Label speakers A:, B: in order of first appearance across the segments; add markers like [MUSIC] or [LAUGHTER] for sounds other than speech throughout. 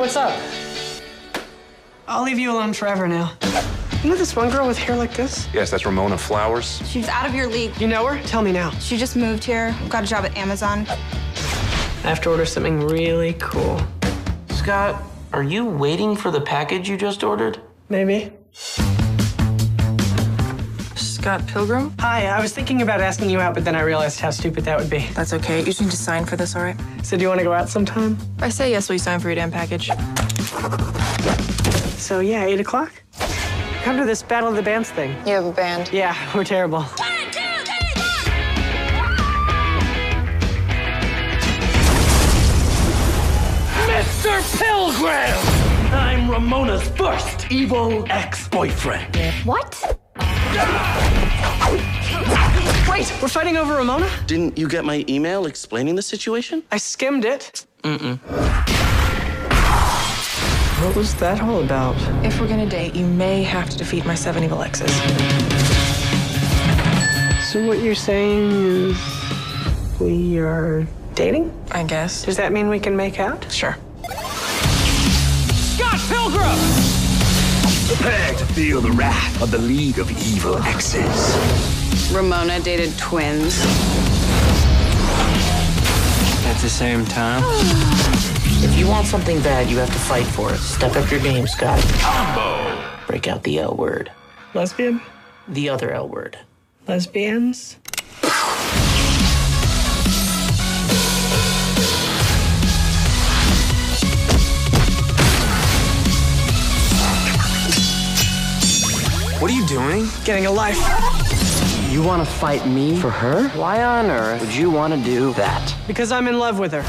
A: What's up?
B: I'll leave you alone forever now. You know this one girl with hair like this?
C: Yes, that's Ramona Flowers.
D: She's out of your league.
B: You know her? Tell me now.
D: She just moved here, got a job at Amazon.
B: I have to order something really cool.
A: Scott, are you waiting for the package you just ordered?
B: Maybe.
E: Scott Pilgrim?
B: Hi, I was thinking about asking you out, but then I realized how stupid that would be.
E: That's okay. You just need to sign for this, all right?
B: So, do you want to go out sometime?
E: If I say yes, will you sign for your damn package?
B: So, yeah, 8 o'clock? Come to this Battle of the Bands thing.
E: You have a band.
B: Yeah, we're terrible.
F: Mr. Pilgrim! I'm Ramona's first evil ex-boyfriend.
G: What?
B: Wait, we're fighting over Ramona?
H: Didn't you get my email explaining the situation?
B: I skimmed it. Mm-mm. What was that all about?
E: If we're gonna date, you may have to defeat my seven evil exes.
B: So, what you're saying is we are dating?
E: I guess.
B: Does that mean we can make out?
E: Sure.
F: Scott Pilgrim!
I: Prepare to feel the wrath of the League of Evil Exes.
J: Ramona dated twins.
K: At the same time?
A: If you want something bad, you have to fight for it. Step up your game, Scott.
I: Combo!
A: Break out the L word.
B: Lesbian?
A: The other L word.
B: Lesbians?
K: What are you doing?
B: Getting a life.
A: You want to fight me for her? Why on earth would you want to do that?
B: Because I'm in love with her.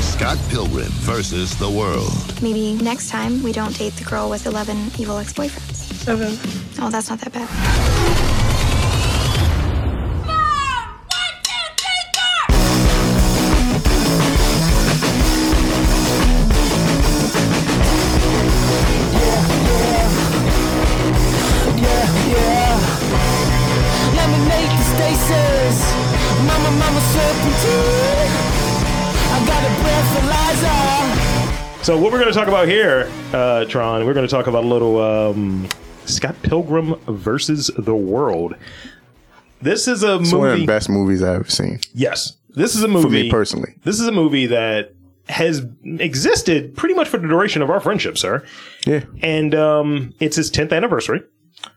L: Scott Pilgrim versus the world.
G: Maybe next time we don't date the girl with 11 evil ex boyfriends.
B: Seven.
G: Oh, that's not that bad.
M: So what we're going to talk about here, uh, Tron, we're going to talk about a little um, Scott Pilgrim versus the World. This is a
N: It's one of
M: movie.
N: the best movies I've ever seen.
M: yes, this is a movie.
N: For me personally.
M: this is a movie that has existed pretty much for the duration of our friendship, sir.
N: Yeah.
M: And um, it's his tenth anniversary.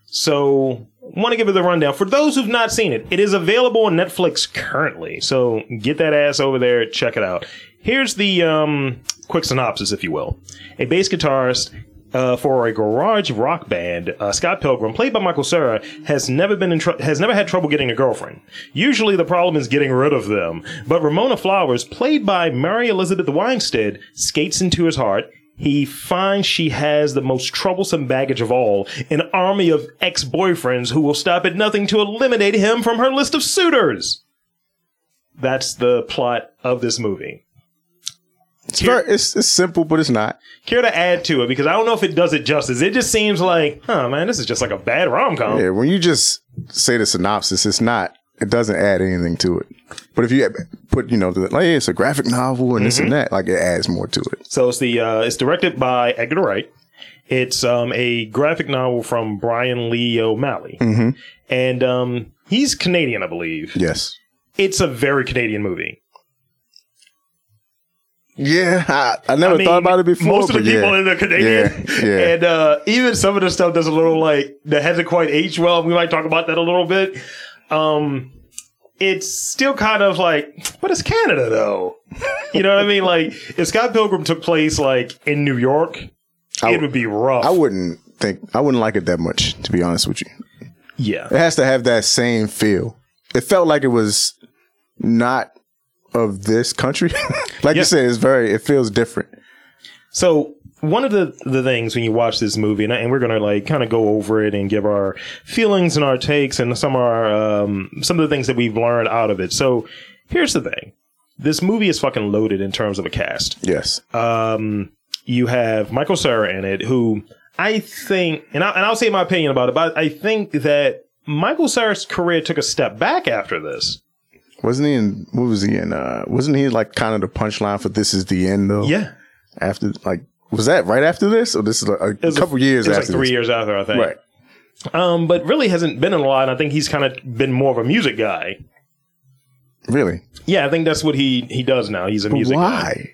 M: So want to give it the rundown for those who've not seen it. It is available on Netflix currently. So get that ass over there, check it out. Here's the um, quick synopsis, if you will. A bass guitarist uh, for a garage rock band, uh, Scott Pilgrim, played by Michael Cera, has never been in tr- has never had trouble getting a girlfriend. Usually, the problem is getting rid of them. But Ramona Flowers, played by Mary Elizabeth Weinstead, skates into his heart. He finds she has the most troublesome baggage of all an army of ex boyfriends who will stop at nothing to eliminate him from her list of suitors. That's the plot of this movie.
N: It's, very, it's, it's simple, but it's not.
M: Care to add to it because I don't know if it does it justice. It just seems like, huh, man, this is just like a bad rom com.
N: Yeah, when you just say the synopsis, it's not. It doesn't add anything to it. But if you put, you know, the, like, yeah, it's a graphic novel and
M: Mm-hmm.
N: this and that, like it adds more to it.
M: So it's the uh, it's directed by Edgar Wright. It's um, a graphic novel from Brian Lee O'Malley,
N: Hmm.
M: mm-hmm. and um, he's Canadian, I believe.
N: Yes.
M: It's a very Canadian movie.
N: Yeah, I, I never
M: I mean,
N: thought about it before.
M: Most of the
N: but yeah.
M: people in the Canadian,
N: Yeah, yeah.
M: and uh, even some of the stuff that's a little like that hasn't quite aged well. We might talk about that a little bit. Um, it's still kind of like, what is Canada though? You know what I mean? Like, if Scott Pilgrim took place like in New York,
N: I
M: it
N: w-
M: would be rough.
N: I wouldn't think I wouldn't like it that much, to be honest with you.
M: Yeah.
N: It has to have that same feel. It felt like it was not of this country. [LAUGHS] like
M: Yeah.
N: you said, it's very. It feels different.
M: So one of the, the things when you watch this movie, and, I- and we're gonna like kind of go over it and give our feelings and our takes and some of our um, some of the things that we've learned out of it. So here's the thing: this movie is fucking loaded in terms of a cast.
N: Yes.
M: Um, you have Michael Cera in it, who I think, and, I, and I'll say my opinion about it, but I think that Michael Cera's career took a step back after this.
N: Wasn't he in? What was he in? Uh, wasn't he like kind of the punchline for "This is the end"? Though.
M: Yeah.
N: After like, was that right after this, or this is like a,
M: It was
N: couple years
M: it was
N: after?
M: like three
N: this?
M: years after, I think.
N: Right.
M: Um, but really hasn't been in a lot. And I think he's kind of been more of a music guy.
N: Really?
M: Yeah, I think that's what he he does now. He's a
N: But
M: music.
N: why?
M: guy.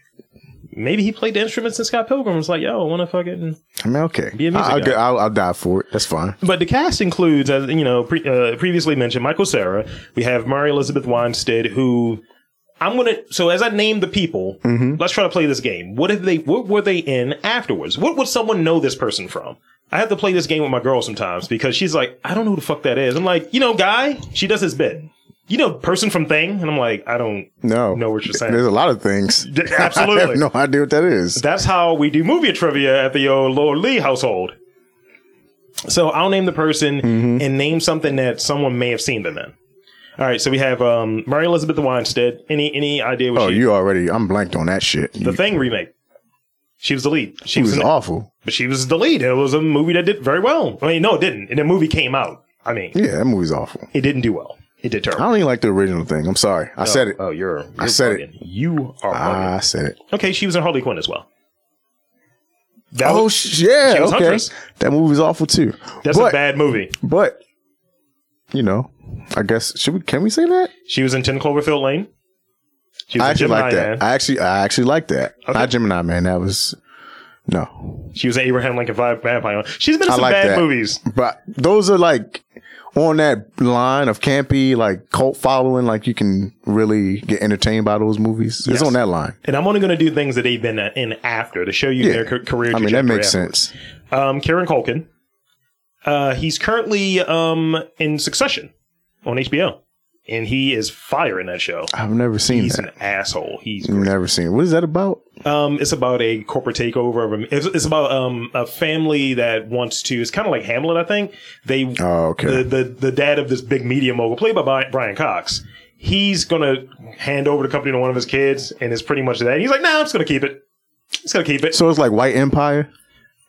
M: Maybe he played the instruments in Scott Pilgrim. It's like, yo, I want to fucking.
N: I mean, okay.
M: Be a music
N: I- I'll,
M: guy.
N: g- I'll, I'll die for it. That's fine.
M: But the cast includes, as you know, pre- uh, previously mentioned, Michael Sarah. We have Mary Elizabeth Winstead, who I'm gonna. So as I name the people, let's try to play this game. What if they? What were they in afterwards? What would someone know this person from? I have to play this game with my girl sometimes because she's like, I don't know who the fuck that is. I'm like, you know, guy. She does his bit. You know, person from thing, and I'm like, I don't
N: No.
M: [LAUGHS] know what you're saying.
N: There's a lot of
M: [LAUGHS]
N: things.
M: D- absolutely.
N: [LAUGHS] I have no idea what that is.
M: That's how we do movie trivia at the old Lord Lee household. So I'll name the person
N: Mm-hmm.
M: and name something that someone may have seen them in. All right, so we have um, Mary Elizabeth Winstead. Any any idea what
N: Oh,
M: she
N: you already. I'm blanked on that shit.
M: the Thing remake? She was the lead. She
N: She was
M: in it.
N: awful.
M: but she was the lead. It was a movie that did very well. I mean, no, it didn't. And the movie came out. I mean,
N: Yeah, that movie's awful.
M: it didn't do well. It did
N: I
M: terrible.
N: don't even like the original thing. I'm sorry.
M: No.
N: I
M: uh,
N: said it.
M: Oh, you're. you're
N: I said Ah.
M: bugging. You are.
N: I
M: bugging.
N: said it.
M: okay, she was in Harley Quinn as well. That
N: Oh,
M: was-
N: sh- yeah.
M: she was
N: Okay.
M: Huntress.
N: That movie's awful too.
M: That's
N: but,
M: a bad movie.
N: But, you know, I guess, should we, can we say that?
M: She was in Ten Cloverfield Lane. She was
N: I
M: in
N: actually
M: Gemini
N: like that.
M: Man.
N: I actually, I actually like that.
M: Okay.
N: Not Gemini Man. That was no.
M: she was in Abraham Lincoln Vi- Vampire. She's been in
N: I
M: some
N: like
M: bad
N: that.
M: movies.
N: But those are like on that line of campy, like cult following. Like you can really get entertained by those movies.
M: Yes.
N: It's on that line.
M: And I'm only going to do things that they've been uh, in after to show you
N: Yeah.
M: their ca- career.
N: I mean, that
M: trajectory
N: makes
M: after.
N: sense.
M: Um, Karen Culkin. Uh, he's currently um, in Succession on HBO, and he is fire in that show.
N: I've never seen
M: He's an
N: that. Mm.
M: asshole. He's
N: I've never seen. it. What is that about?
M: um, it's about a corporate takeover of a. It's, it's about um, a family that wants to. It's kind of like Hamlet, I think. They
N: Oh, okay.
M: the, the the dad of this big media mogul, played by Bri- Brian Cox. He's gonna hand over the company to one of his kids, and it's pretty much that. He's like, "Nah, I'm just gonna keep it. Just gonna keep it
N: so it's like White Empire.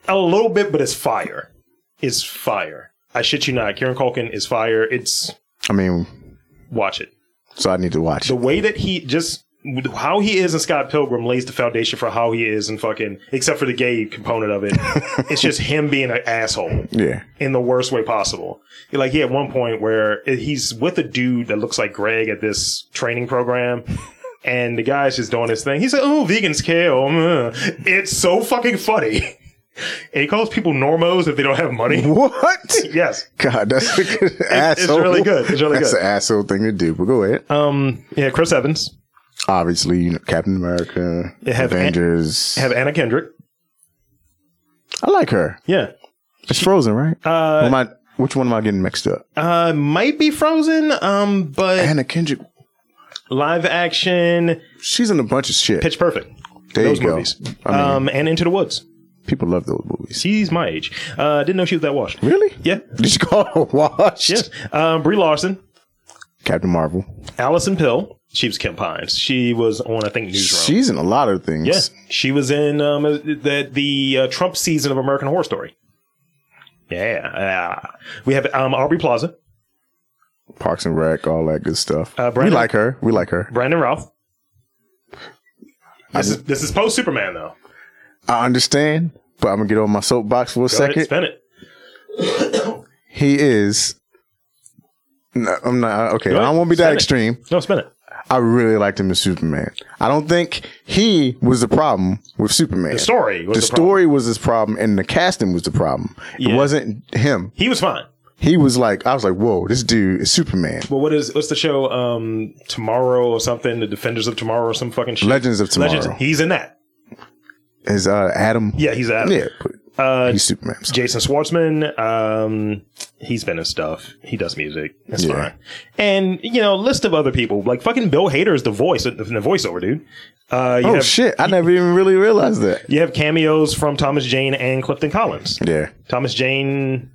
M: a little bit, but it's fire. It's fire. I shit you not. Kieran Culkin is fire. It's
N: I mean,
M: watch it.
N: so I need to watch.
M: The
N: it.
M: way that he just how he is in Scott Pilgrim lays the foundation for how he is in fucking except for the gay component of it. it's just him being an asshole.
N: Yeah. [LAUGHS]
M: in the worst way possible. Like he at one point where he's with a dude that looks like Greg at this training
N: [LAUGHS]
M: program. And the guy's just doing his thing. He's like, "Oh, vegans kale." Mm. [LAUGHS] It's so fucking funny. [LAUGHS] And he calls people normos if they don't have money. [LAUGHS]
N: What?
M: Yes.
N: God, that's a
M: [LAUGHS]
N: good
M: it's
N: asshole.
M: really good. It's really
N: that's
M: good.
N: an asshole thing to do. But go ahead.
M: Um. Yeah. Chris Evans.
N: Obviously, you know, Captain America,
M: It have an-
N: Avengers.
M: Have Anna Kendrick.
N: I like her.
M: Yeah.
N: It's Frozen, right?
M: Uh,
N: Or am I- which one am I getting mixed up?
M: Uh. Might be Frozen. Um. But
N: Anna Kendrick.
M: live action.
N: She's in a bunch of shit.
M: Pitch Perfect.
N: There you
M: those
N: go.
M: movies.
N: I mean-
M: um. And Into the Woods.
N: People love those movies.
M: She's my age. Uh. Didn't know she was that washed.
N: Really?
M: Yeah.
N: [LAUGHS] Did you call her washed?
M: Yes. Um, Brie Larson.
N: Captain Marvel.
M: Allison Pill. She was Kim Pines. She was on, I think, Newsroom.
N: She's in a lot of things.
M: yeah, she was in um, the the uh, Trump season of American Horror Story. Yeah, yeah. we have um, Aubrey Plaza,
N: Parks and Rec, all that good stuff.
M: Uh,
N: we
M: Brandon-
N: like her. We like her.
M: Brandon Ralph. This
N: I-
M: is this is post Superman though.
N: I understand, but I'm gonna get on my soapbox for a
M: Go ahead,
N: second.
M: spin it.
N: he is. No, I'm not okay.
M: Go
N: I
M: ahead,
N: won't be
M: spin
N: that
M: it.
N: extreme.
M: No, spin it.
N: I really liked him as Superman. I don't think he was the problem with Superman.
M: The story. Was
N: the,
M: problem.
N: story was his problem, and the casting was the problem.
M: Yeah.
N: It wasn't him.
M: He was fine.
N: He was like, I was like, whoa, this dude is Superman.
M: Well, what is what's the show? Um, Tomorrow or something? The Defenders of Tomorrow or some fucking shit.
N: Legends of Tomorrow.
M: He's in that.
N: Is uh, Adam?
M: Yeah, he's Adam.
N: Yeah, but
M: Uh,
N: he's Superman. So.
M: Jason Schwartzman, um, he's been in stuff. He does music. That's
N: Yeah.
M: fine. And you know, list of other people like fucking Bill Hader is the voice, the voiceover dude. Uh, you
N: oh
M: have,
N: shit! I never even really realized that.
M: You have cameos from Thomas Jane and Clifton Collins.
N: Yeah,
M: Thomas Jane,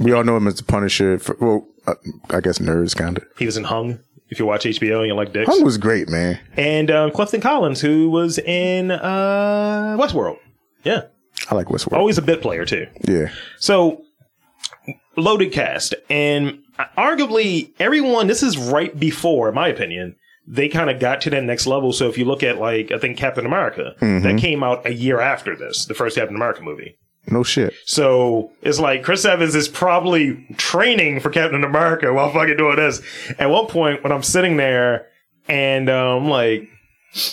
N: we all know him as the Punisher. For, well, uh, I guess nerds kind of.
M: he was in Hung. If you watch HBO and you like dicks,
N: Hung was great, man.
M: and um, Clifton Collins, who was in uh, Westworld. Yeah,
N: I
M: Oh,
N: like Westworld.
M: always a bit player too.
N: yeah,
M: So loaded cast, and arguably everyone this is right before in my opinion they kind of got to that next level so if you look at like i think captain america
N: Mhm.
M: that came out a year after this the first captain america movie
N: No shit.
M: so it's like chris evans is probably training for captain america while fucking doing this at one point when i'm sitting there and um like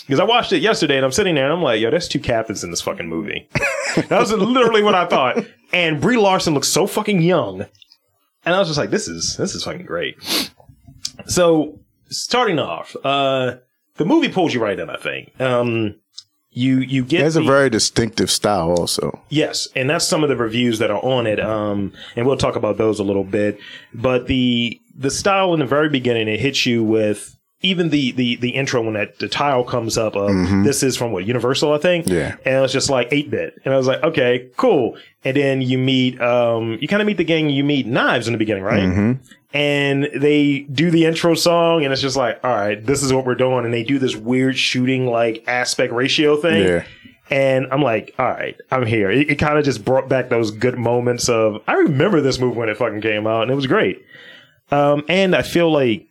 M: because I watched it yesterday and I'm sitting there and I'm like, yo, there's two captains in this fucking movie. [LAUGHS] that was literally what I thought. And Brie Larson looks so fucking young. And I was just like, this is this is fucking great. So starting off, uh the movie pulls you right in, I think. Um you you get
N: That's a
M: the-
N: very distinctive style, also.
M: Yes, and that's some of the reviews that are on it, um, and we'll talk about those a little bit. But the the style in the very beginning, it hits you with even the the the intro when that the tile comes up of
N: Mhm.
M: this is from what Universal, I think.
N: Yeah.
M: and it was just like eight bit, and I was like, okay, cool. And then you meet, um, you kind of meet the gang. You meet Knives in the beginning, right?
N: Mm-hmm.
M: and they do the intro song and it's just like all right this is what we're doing and they do this weird shooting like aspect ratio thing
N: Yeah.
M: and i'm like all right i'm here it, it kind of just brought back those good moments of i remember this movie when it fucking came out and it was great um, and i feel like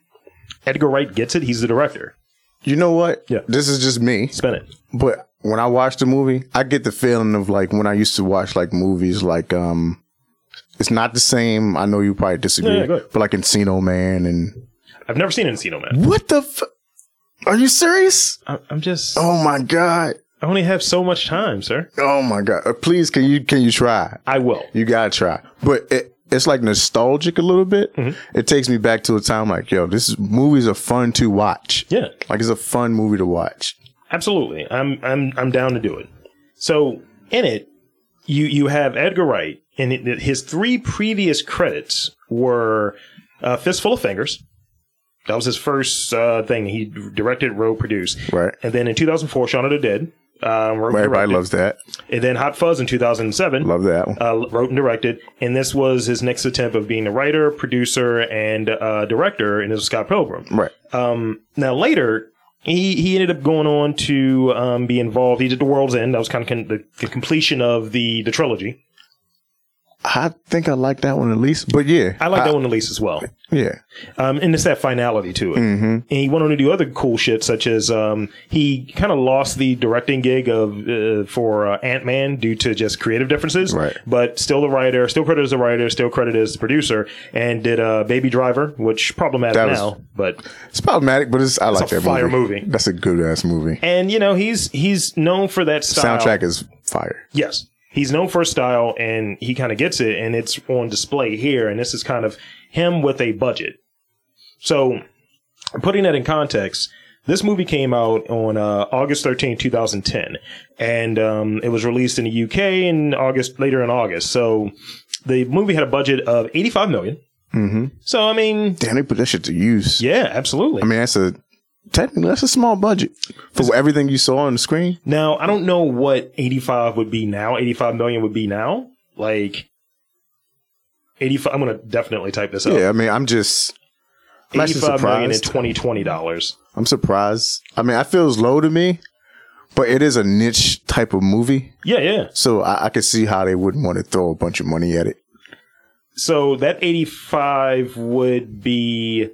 M: edgar wright gets it he's the director
N: You know what? Yeah. This is just me.
M: Spin it.
N: But when I watch the movie, I get the feeling of like when I used to watch like movies like um it's not the same. I know you probably disagree.
M: Yeah, yeah, go ahead.
N: but like Encino Man and
M: i've never seen encino man
N: What the f- Are you serious?
M: I- i'm just
N: Oh my god.
M: I only have so much time, sir.
N: Oh my god. Uh, Please can you can you try?
M: I will.
N: You got to try. But it, it's like nostalgic a little bit.
M: Mm-hmm.
N: It takes me back to a time like, yo, this is, movies are fun to watch.
M: Yeah.
N: Like it's a fun movie to watch.
M: Absolutely. I'm I'm I'm down to do it. So in it, you you have Edgar Wright, and it, it- his three previous credits were uh, Fistful of Fingers. That was his first uh, thing he directed, wrote, produced.
N: Right.
M: And then in 2004, Shaun of the Dead. Um, wrote,
N: Everybody
M: directed.
N: loves that.
M: And then Hot Fuzz in 2007.
N: Love that one.
M: Uh, wrote and directed. And this was his next attempt of being a writer, producer, and uh, director, and it was Scott Pilgrim.
N: Right.
M: Um, now later, he, he ended up going on to um, be involved. He did The World's End. That was kind of con- the, the completion of the, the trilogy.
N: I think I like that one at least. But yeah.
M: I like that one at least as well.
N: Yeah.
M: Um, and it's that finality to it.
N: Mhm.
M: And he went on to do other cool shit, such as um, he kind of lost the directing gig of uh, for uh, Ant Man due to just creative differences. Right. But still the writer, still credited as a writer, still credited as the producer, and did uh, Baby Driver, which problematic
N: That was-
M: now, but
N: It's problematic, but it's I
M: It's
N: like
M: a
N: that
M: fire
N: movie.
M: movie.
N: That's a good ass movie.
M: and you know he's he's known for that style.
N: Soundtrack is fire.
M: Yes. He's known for his style and he kind of gets it and it's on display here. And this is kind of him with a budget. So putting that in context, this movie came out on uh, August 13, 2010, and um, it was released in the UK in August, later in August. So the movie had a budget of 85 million.
N: Mm-hmm.
M: So I mean,
N: damn, they put that shit to use.
M: Yeah, absolutely.
N: I mean, that's a technically that's a small budget for everything you saw on the screen.
M: Now, I don't know what 85 would be now. 85 million would be now. Like 85 I'm going to definitely type this up.
N: yeah, I mean, I'm just I'm actually
M: Eighty-five million and
N: surprised.
M: twenty twenty dollars.
N: I'm surprised. I mean, I feels low to me, but it is a niche type of movie,
M: Yeah, yeah.
N: so I, I could see how they wouldn't want to throw a bunch of money at it.
M: So that eighty five would be.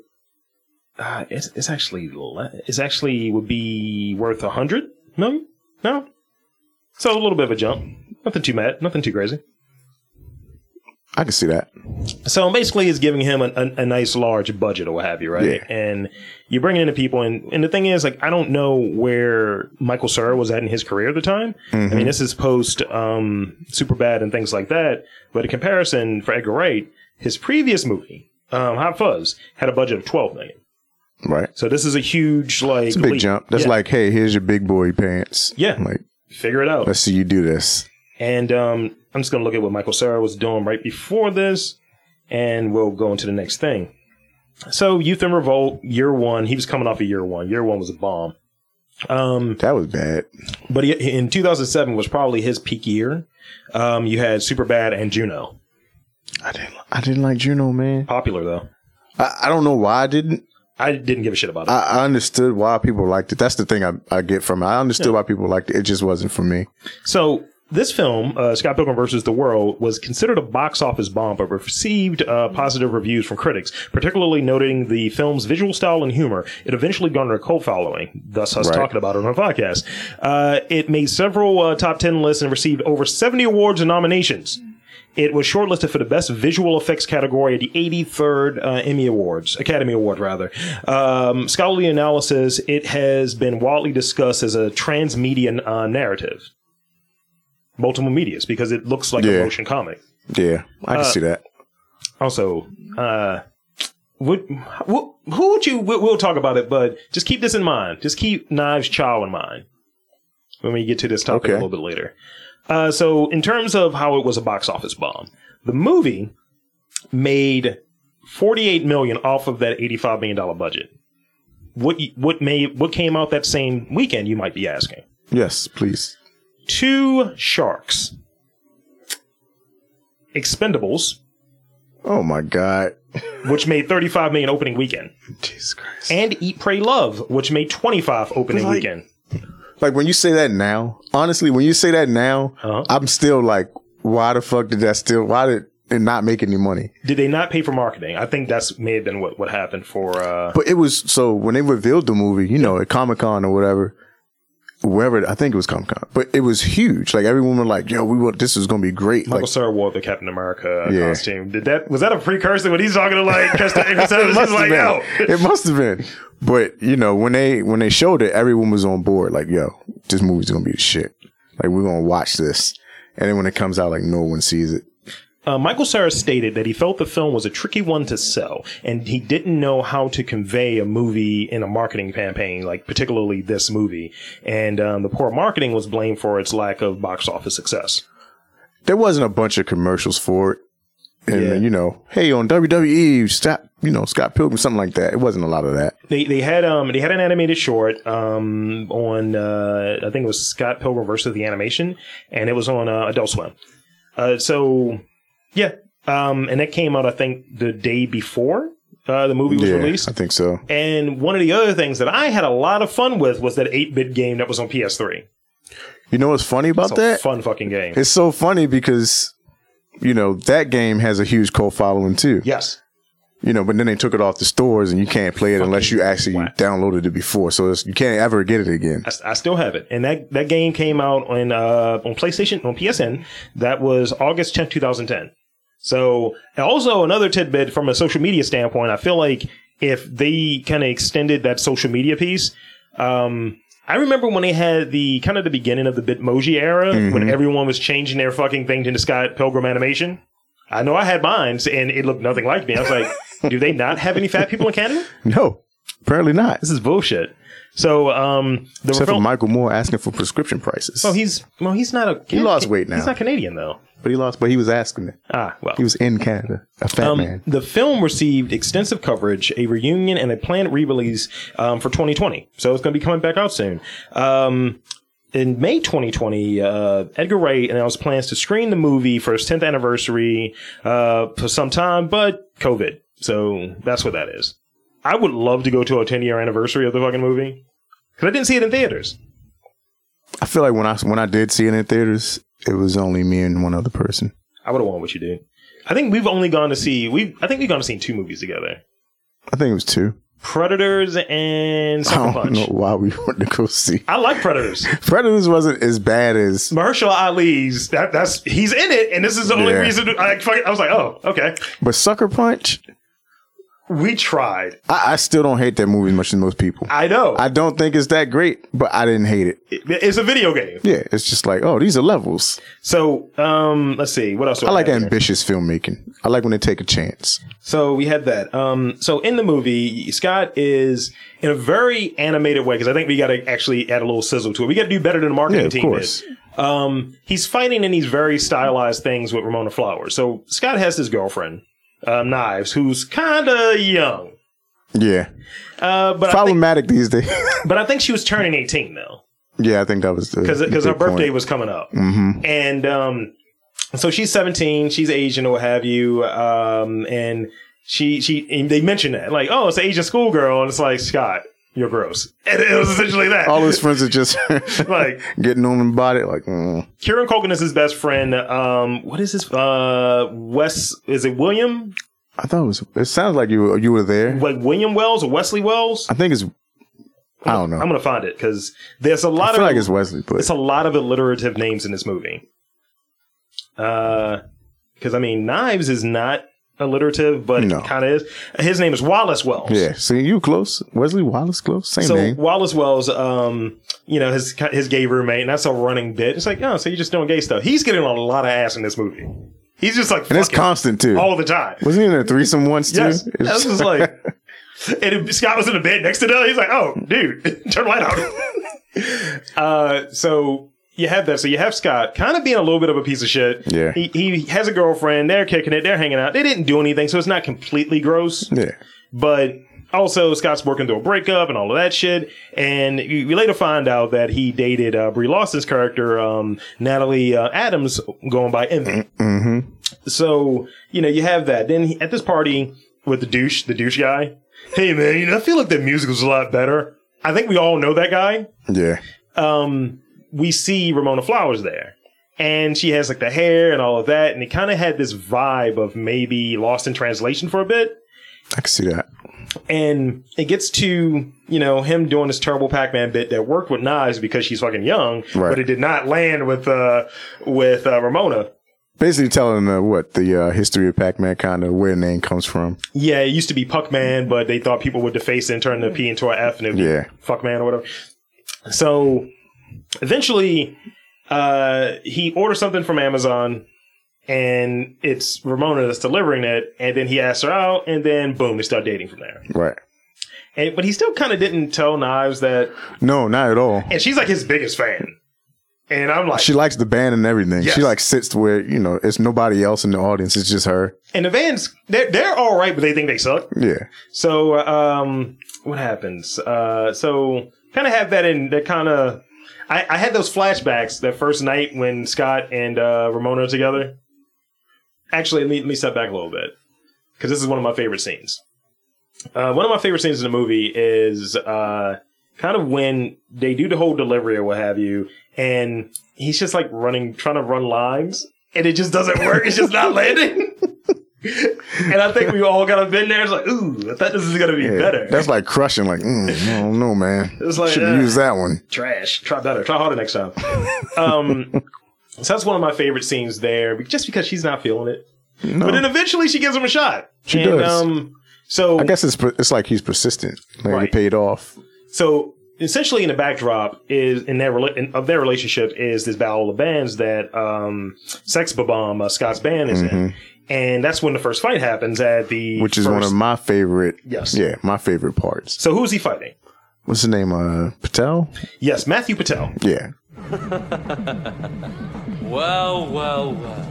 M: Uh, it's, it's actually le- it's actually would be worth a hundred million. No, so a little bit of a jump. Nothing too mad. Nothing too crazy.
N: I can see that.
M: So basically, it's giving him a, a, a nice large budget or what have you, right? And you're bringing in the people, and, and the thing is, like, I don't know where Michael Cera was at in his career at the time. I
N: Mm-hmm.
M: mean,
F: Mhm.
M: this is post um, Superbad and things like that. But in comparison, for Edgar Wright, his previous movie, um, Hot Fuzz, had a budget of 12 million.
N: Right?
M: So this is a huge like
N: It's a big
M: leap.
N: jump. That's
M: Yeah.
N: like, hey, here's your big boy pants.
M: Yeah.
N: like
M: figure it out.
N: let's see you do this.
M: And um, I'm just going to look at what Michael Sarah was doing right before this, and we'll go into the next thing. So, Youth in Revolt, year one, he was coming off of year one. Year one was a bomb. Um,
N: that was bad.
M: But he, in 2007 was probably his peak year. Um, you had Superbad and Juno.
N: I didn't like Juno, man.
M: Popular though.
N: I, I don't know why I didn't.
M: I didn't give a shit about it.
N: I, I understood why people liked it. That's the thing I, I get from it. I understood why people liked it. It just wasn't for me.
M: So This film, uh, Scott Pilgrim vs. the World, was considered a box office bomb, but received uh, positive reviews from critics, particularly noting the film's visual style and humor. It eventually garnered a cult following, thus us
C: Right.
M: talking about it on our podcast. Uh, it made several uh, top 10 lists and received over 70 awards and nominations. It was shortlisted for the best visual effects category at the 83rd uh, Emmy Awards, Academy Award rather. Um, scholarly analysis: It has been widely discussed as a transmedia uh, narrative, multiple medias, because it looks like
N: Yeah.
M: a motion comic.
N: Yeah, I can
M: Uh,
N: see that.
M: Also, uh, what, what, who would you? we- We'll talk about it, but just keep this in mind. Just keep Knives Chow in mind when we get to this topic a little bit later. Uh, so, in terms of how it was a box office bomb, the movie made forty-eight million off of that eighty-five million dollar budget. What you- what made what came out that same weekend? You might be asking.
N: Yes, please.
M: Two sharks, Expendables,
N: Oh my God.
M: which made 35 million opening weekend. Jesus Christ. And Eat Pray Love, which made 25 opening
N: Like-
M: weekend.
N: Like when you say that now, honestly, when you say that now,
M: Uh-huh.
N: I'm still like, why the fuck did that still? Why did it not make any money?
M: Did they not pay for marketing? I think that's may have been what, what happened for uh
N: But it was so when they revealed the movie, you know, at Comic Con or whatever, wherever I think it was Comic Con, but it was huge. Like everyone was like, "Yo, we want this is gonna be great."
M: Michael
N: Like,
M: Cera wore the Captain America uh,
N: Yeah.
M: costume. Did that was that a precursor when he's talking to
N: [LAUGHS]
M: like Chester Abrams?
N: it
M: He's
N: must have
M: like, yo.
N: been. It must have been. But you know, when they when they showed it, everyone was on board. Like, yo, this movie's gonna be the shit. Like, we're gonna watch this. And then when it comes out, like no one sees it.
M: Uh, Michael Cera stated that he felt the film was a tricky one to sell, and he didn't know how to convey a movie in a marketing campaign, like particularly this movie. And um, the poor marketing was blamed for its lack of box office success.
N: There wasn't a bunch of commercials for it. And you know, hey, on WWE, stop, you know, Scott Pilgrim, something like that. It wasn't a lot of that.
M: They they had um they had an animated short um on uh I think it was Scott Pilgrim versus the animation and it was on uh, Adult Swim. Uh so yeah um and that came out I think the day before uh, the movie was
N: yeah,
M: released.
N: I think so.
M: And one of the other things that I had a lot of fun with was that 8-bit game that was on PS3.
N: You know what's funny about
M: It's a
N: that?
M: fun fucking game.
N: It's so funny because, you know, that game has a huge cult following too.
M: Yes.
N: You know, but then they took it off the stores and you can't play it unless you actually downloaded it before. So it's, you can't ever get it again.
M: I, I still have it, and that, that game came out on uh, on PlayStation on PSN. That was August tenth, two thousand ten. So, and also another tidbit from a social media standpoint, I feel like if they kind of extended that social media piece, um, I remember when they had the kind of the beginning of the Bitmoji era when everyone was changing their fucking thing to the Scott Pilgrim animation. I know I had mine, and it looked nothing like me. I was [LAUGHS] like, do they not have any fat people in Canada?
N: No, apparently not.
M: This is bullshit. So, um, the
N: Except for
M: referral-
N: Michael Moore asking for prescription prices.
M: Oh, he's well, he's not a
N: He lost weight now.
M: He's not Canadian though.
N: But he lost, but he was asking it.
M: Ah, well.
N: He was in Canada, a fat man.
M: Um, The film received extensive coverage, a reunion, and a planned re-release um, for 2020. So it's going to be coming back out soon. Um, in May 2020, uh, Edgar Wright announced plans to screen the movie for its 10th anniversary uh, for some time, but COVID. So that's what that is. I would love to go to a 10 year anniversary of the fucking movie because I didn't see it in theaters.
N: I feel like when I when I did see it in theaters, it was only me and one other person.
M: I would have won what you did. I think we've only gone to see we. I think we've gone to see two movies together:
N: I think it was two.
M: Predators and
N: I
M: Sucker
N: don't
M: Punch.
N: know why we [LAUGHS] went to go see.
M: I like
N: [LAUGHS]
M: Predators.
N: Predators wasn't as bad as
M: Mahershala Ali's that that's he's in it, and this is the only
N: Yeah.
M: reason I, fucking- I was like, oh, okay.
N: But Sucker Punch,
M: We tried.
N: I, I still don't hate that movie as much as most people.
M: I know.
N: I don't think it's that great, but I didn't hate it.
M: It- It's a video game.
N: Yeah, it's just like, oh, these are levels.
M: So, um, let's see what else. do
N: I like
M: have here?
N: ambitious filmmaking. I like when they take a chance.
M: So we had that. Um, so in the movie, Scott is in a very animated way because I think we got to actually add a little sizzle to it. We got to do better than the marketing
N: Yeah, of
M: team
N: course.
M: did. Um, he's fighting in these very stylized things with Ramona Flowers. So Scott has his girlfriend, uh, Knives, who's kind of young,
N: Yeah,
M: uh, but I think,
N: problematic these days. [LAUGHS]
M: but I think she was turning eighteen though
N: yeah, I think that was the
M: because because her birthday was coming up.
N: Mm-hmm.
M: And um, so she's 17, she's Asian or what have you. Um, and she, she, and they mention that like, oh, it's an Asian schoolgirl. And it's like, Scott, you're gross. [LAUGHS] And it was essentially that.
N: All
M: [LAUGHS]
N: his friends are just [LAUGHS] like getting on him about it. Like, mm.
M: Kieran Culkin is his best friend. Um, what is his? Uh, Wes is it William?
N: I thought it was. It sounds like you you were there.
M: Like William Wells or Wesley Wells?
N: I think it's. I don't know.
M: I'm gonna find it because there's a lot
N: I feel
M: of
N: like it's Wesley, but
M: it's a lot of alliterative names in this movie. Uh, because I mean, knives is not alliterative, but
N: No.
M: it kind of is. His name is Wallace Wells.
N: yeah. See, you close. Wesley Wallace close. Same
M: so
N: name.
M: Wallace Wells, um, you know his his gay roommate, and that's a running bit. It's like, oh, so you're just doing gay stuff. He's getting a lot of ass in this movie. He's just like,
N: And it's
M: fuck it,
N: constant too.
M: all the time.
N: Wasn't he in a threesome once too?
M: Yes, I was just like, [LAUGHS] and if Scott was in the bed next to them. He's like, oh, dude, [LAUGHS] turn the light on. [LAUGHS] uh, so you have that. So you have Scott kind of being a little bit of a piece of shit.
N: Yeah.
M: He, he has a girlfriend. They're kicking it. They're hanging out. They didn't do anything. So it's not completely gross.
N: [LAUGHS] Yeah.
M: But also, Scott's working through a breakup and all of that shit. And you, you later find out that he dated uh, Brie Larson's character, um, Natalie uh, Adams, going by Envy.
N: Mm-hmm.
M: So, you know, you have that. Then he, at this party with the douche, the douche guy, hey man, you know, I feel like the music was a lot better. I think we all know that guy.
N: Yeah.
M: Um, we see Ramona Flowers there. And she has like the hair and all of that. And it kind of had this vibe of maybe lost in translation for a bit.
N: I can see that.
M: And it gets to, you know, him doing this terrible Pac-Man bit that worked with Knives because she's fucking young,
N: Right.
M: but it did not land with, uh, with, uh, Ramona.
N: Basically telling uh, what the uh, history of Pac-Man kind of where the name comes from.
M: Yeah, it used to be Puckman, but they thought people would deface it and turn the P into an F and it'd
N: Yeah.
M: be Fuckman or whatever. So eventually, uh, he orders something from Amazon and it's Ramona that's delivering it. And then he asks her out and then boom, they start dating from there.
N: Right.
M: And, but he still kind of didn't tell Knives that,
N: No, not at all.
M: and she's like his biggest fan. And I'm like,
N: she likes the band and everything.
M: Yes.
N: She like sits where you know it's nobody else in the audience. It's just her.
M: and the Vans, they're, they're all right, but they think they suck.
N: Yeah.
M: So, um, what happens? Uh, so kind of have that in that kind of. I, I had those flashbacks that first night when Scott and uh, Ramona are together. Actually, let me, let me step back a little bit because this is one of my favorite scenes. Uh, one of my favorite scenes in the movie is uh, kind of when they do the whole delivery or what have you, and he's just like running, trying to run lines, and it just doesn't work. it's just not landing. [LAUGHS] and I think we all got to been there. It's like, ooh, I thought this is gonna be
N: Yeah.
M: better.
N: That's like crushing. Like mm, I don't know, man.
M: It's like,
N: Should
M: uh,
N: have use that one.
M: Trash. Try better. Try harder next time. Um, so that's one of my favorite scenes there, be- just because she's not feeling it.
N: No.
M: But then eventually she gives him a shot.
N: She
M: and,
N: does.
M: Um, so
N: I guess it's per- it's like he's persistent. Like
M: Right.
N: he paid off.
M: so essentially in the backdrop is in their rela- in, of their relationship is this battle of bands that um, Sex Bomb uh, Scott's band is in, and that's when the first fight happens at the
N: Mm-hmm. Which is one of
M: first-
N: my favorite.
M: Yes.
N: Yeah, my favorite parts.
M: So who's he fighting?
N: What's the name? Uh, Patel.
M: Yes, Matthew Patel.
N: Yeah.
F: [LAUGHS] Well, well, well.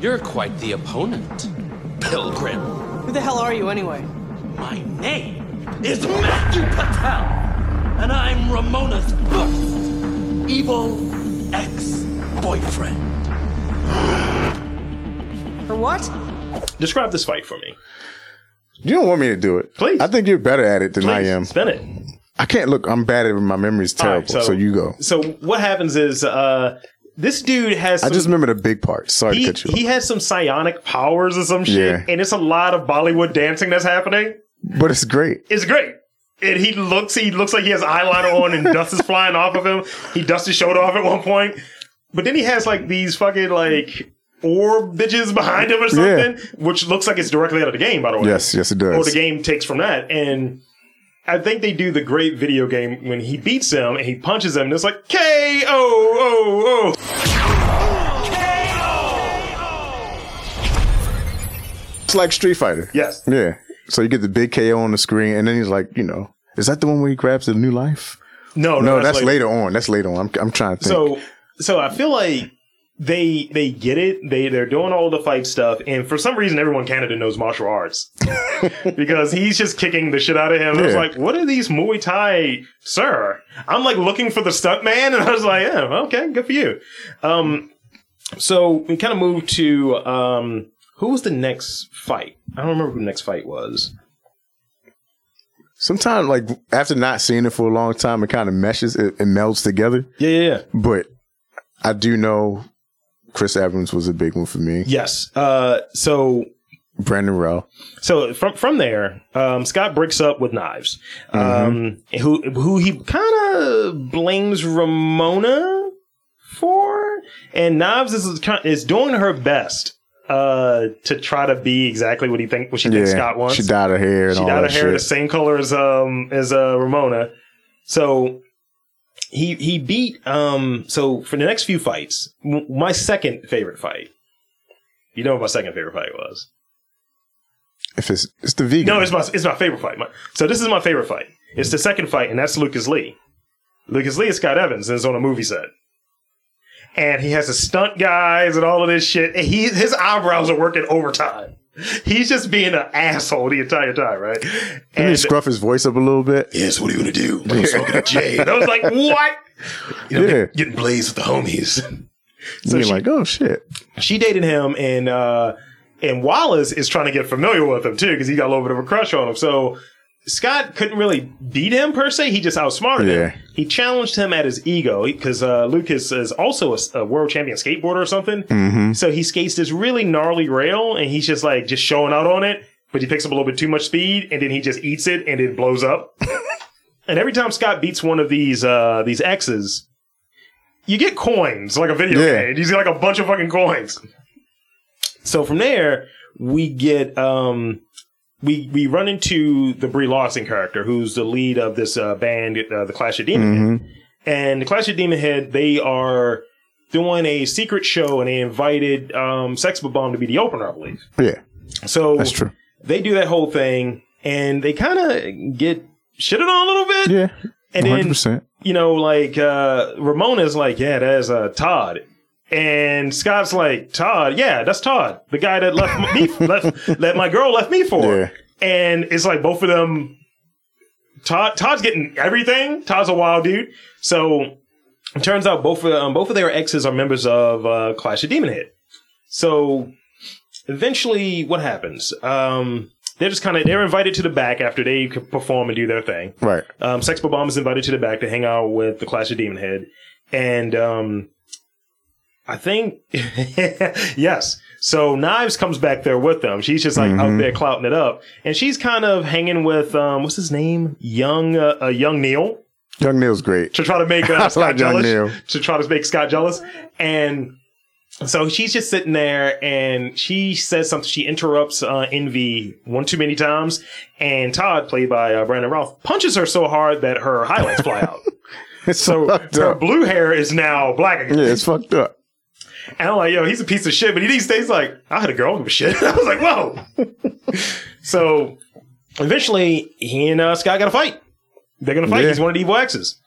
F: You're quite the opponent, Pilgrim.
B: Who the hell are you anyway?
F: My name is Matthew Patel, and I'm Ramona's first evil ex boyfriend.
B: Or what?
M: Describe this fight for me.
N: You don't want me to do it.
M: Please.
N: I think you're better at it than I
M: Please,
N: am.
M: Spin it.
N: I can't look. I'm bad at it. My memory's terrible.
M: All right,
N: so, you go.
M: So what happens is uh, this dude has.
N: I
M: Some,
N: just remember the big part. Sorry
M: he,
N: to cut you.
M: he has some psionic powers or some shit,
N: Yeah.
M: and it's a lot of Bollywood dancing that's happening.
N: off. But it's great.
M: It's great. And he looks he looks like he has eyeliner on and dust is flying off of him. He dusts his shoulder off at one point. But then he has like these fucking like orb bitches behind him or something, which looks like it's directly out of the game, by the way.
N: Yes, yes, it
M: Or the
N: does.
M: game takes from that. And I think they do the great video game when he beats him and he punches him and it's like K O O O.
N: It's like Street Fighter.
M: Yes.
N: Yeah. So you get the big KO on the screen, and then he's like, you know, is that the one where he grabs the new life?
M: Oh, No,
N: no,
M: no,
N: that's,
M: like-
N: later on. That's later on. I'm, I'm trying to think.
M: So so I feel like they they get it. They they're doing all the fight stuff, and for some reason, everyone in Canada knows martial [LAUGHS] arts because he's just kicking the shit out of him. I was
N: Yeah.
M: like, "What are these Muay Thai, sir?" I'm like looking for the stunt man, and I was like, "Yeah, okay, good for you." Um, so we kind of moved to um, who was the next fight? I don't remember who the next fight was.
N: Sometimes, like after not seeing it for a long time, it kind of meshes, it, it melds together.
M: Yeah, yeah, yeah.
N: But I do know Chris Evans was a big one for me.
M: Yes. Uh, so
N: Brandon Rowe.
M: So from from there, um, Scott breaks up with Knives, um,
N: Mm-hmm.
M: who who he kind of blames Ramona for, and Knives is kin- is doing her best uh, to try to be exactly what he think what she thinks Scott wants.
N: She dyed her hair and
M: She
N: all
M: dyed her
N: that
M: hair
N: shit.
M: the same color as um as uh Ramona. So he he beat um so for the next few fights, m- my second favorite fight. You know what my second favorite fight was?
N: If it's it's the vegan.
M: No, it's my it's my favorite fight. My- so this is my favorite fight. It's the second fight, and that's Lucas Lee. Lucas Lee is Scott Evans, and it's on a movie set. And he has a stunt guys and all of this shit. And he his eyebrows are working overtime. He's just being an asshole the entire time, right?
N: Didn't he scruff his voice up a little bit?
C: Yes, what are you gonna do? I'm smoking
M: [LAUGHS]
C: a J.
M: I was like, what?
C: You know,
N: Yeah.
C: get- getting blazed with the homies.
N: You're like, oh shit.
M: she dated him and uh and Wallace is trying to get familiar with him too because he got a little bit of a crush on him. So Scott couldn't really beat him per se. He just outsmarted
N: Yeah.
M: him. He challenged him at his ego because uh, Lucas is also a, s- a world champion skateboarder or something.
N: Mhm.
M: So he skates this really gnarly rail and he's just like just showing out on it, but he picks up a little bit too much speed and then he just eats it and it blows up. and every time Scott beats one of these uh, these X's, you get coins like a video
N: Yeah.
M: game. You see like a bunch of fucking coins. So from there, we get um we we run into the Brie Larson character, who's the lead of this uh, band, uh, the Clash of Demon Head.
N: Mhm.
M: And the Clash of Demon Head, they are doing a secret show, and they invited um, Sex Bomb to be the opener, I believe.
N: Yeah.
M: So
N: That's true.
M: They do that whole thing, and they kind of get shitted on a little bit.
N: Yeah,
M: and then
N: 100%.
M: you know, like uh, Ramona's like, yeah, that's uh, Todd. And Scott's like, Todd, yeah, that's Todd, the guy that left my, me, [LAUGHS] left, that my girl left me for. And it's like both of them Todd Todd's getting everything. Todd's a wild dude. So it turns out both of um, both of their exes are members of uh, Clash of Demon Head. So eventually, what happens? Um, they're just kind of they're invited to the back after they c- perform and do their thing.
N: Right.
M: Um, Sex Bomb is invited to the back to hang out with the Clash of Demon Head, and um, I think [LAUGHS] yes. So Knives comes back there with them. She's just like out
N: Mhm.
M: there clouting it up, and she's kind of hanging with um, what's his name, young uh, uh, young Neil,
N: Young Neil's great.
M: to try to make
N: [LAUGHS] I
M: uh,
N: like
M: Scott jealous.
N: young Neil.
M: To try to make Scott jealous, and so she's just sitting there, and she says something. She interrupts uh, Envy one too many times, and Todd, played by uh, Brandon Ralph, punches her so hard that her highlights fly
N: [LAUGHS]
M: out.
N: It's
M: so her blue hair is now black again.
N: Yeah, it's fucked up.
M: And I'm like, yo, he's a piece of shit. But he these days like, I had a girl I don't give a shit. [LAUGHS] I was like, whoa. [LAUGHS] so eventually he and uh, Scott got a fight. They're gonna fight.
N: Yeah.
M: He's one of the evil exes.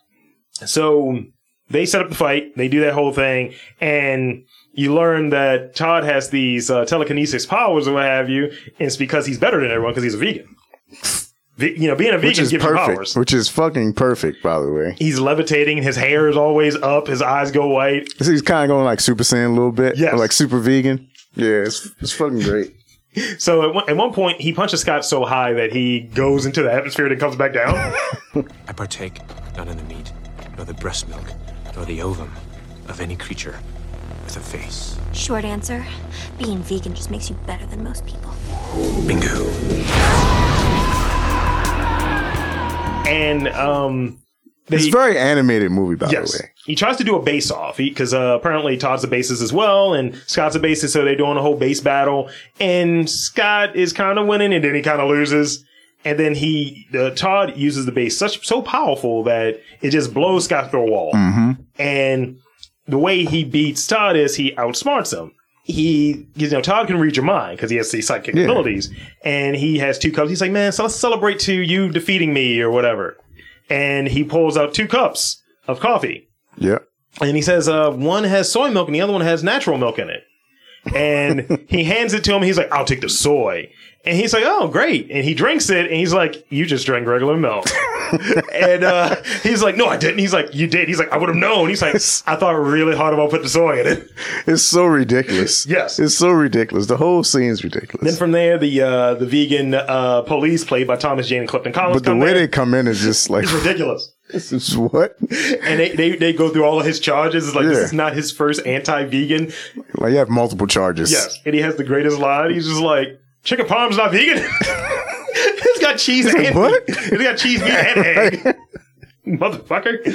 M: So they set up the fight. They do that whole thing, and you learn that Todd has these uh, telekinesis powers or what have you. And it's because he's better than everyone because he's a vegan. Ve- you know, being a
N: Which
M: vegan
N: is
M: gives you
N: perfect.
M: powers.
N: Which is fucking perfect, by the way.
M: He's levitating. His hair is always up. His eyes go white.
N: So he's kind of going like Super Saiyan a little bit.
M: Yes.
N: Or like super vegan. Yeah, it's, it's fucking great.
M: So at one, at one point, he punches Scott so high that he goes into the atmosphere and then comes back down.
O: I partake not in the meat, nor the breast milk, nor the ovum of any creature with a face.
G: Short answer being vegan just makes you better than most people.
O: Bingo.
M: and um,
N: it's a very animated movie, by
M: yes,
N: the way.
M: he tries to do a base off because uh, apparently Todd's a bassist as well, and Scott's a bassist, so they're doing a whole bass battle. And Scott is kind of winning, and then he kind of loses. And then he, uh, Todd uses the bass such so powerful that it just blows Scott through a wall.
N: Mm-hmm.
M: And the way he beats Todd is he outsmarts him. He, you know, Todd can read your mind because he has these psychic
N: Yeah.
M: abilities. And he has two cups. He's like, man, so let's celebrate to you defeating me or whatever. And he pulls out two cups of coffee.
N: Yeah.
M: And he says, uh, one has soy milk and the other one has natural milk in it. And he hands it to him. He's like, I'll take the soy. And he's like, "Oh, great!" And he drinks it, and he's like, "You just drank regular [LAUGHS] milk." and uh, he's like, "No, I didn't." He's like, "You did." He's like, "I would have known." He's like, "I thought really hard about putting soy in it."
N: It's so ridiculous.
M: Yes.
N: It's so ridiculous. The whole scene's ridiculous.
M: Then from there, the uh, the vegan uh, police, played by Thomas Jane and Clifton Collins,
N: But the
M: come
N: way
M: in.
N: they come in is just like [LAUGHS]
M: it's ridiculous.
N: This is what?
M: and they, they they go through all of his charges. It's like this
N: Yeah.
M: is not his first anti-vegan.
N: Like you have multiple charges.
M: Yes, and he has the greatest line. He's just like, "Chicken parm's not vegan." [LAUGHS] it's got cheese. And
N: What?
M: It's got cheese, meat,
N: [LAUGHS]
M: and egg. Motherfucker.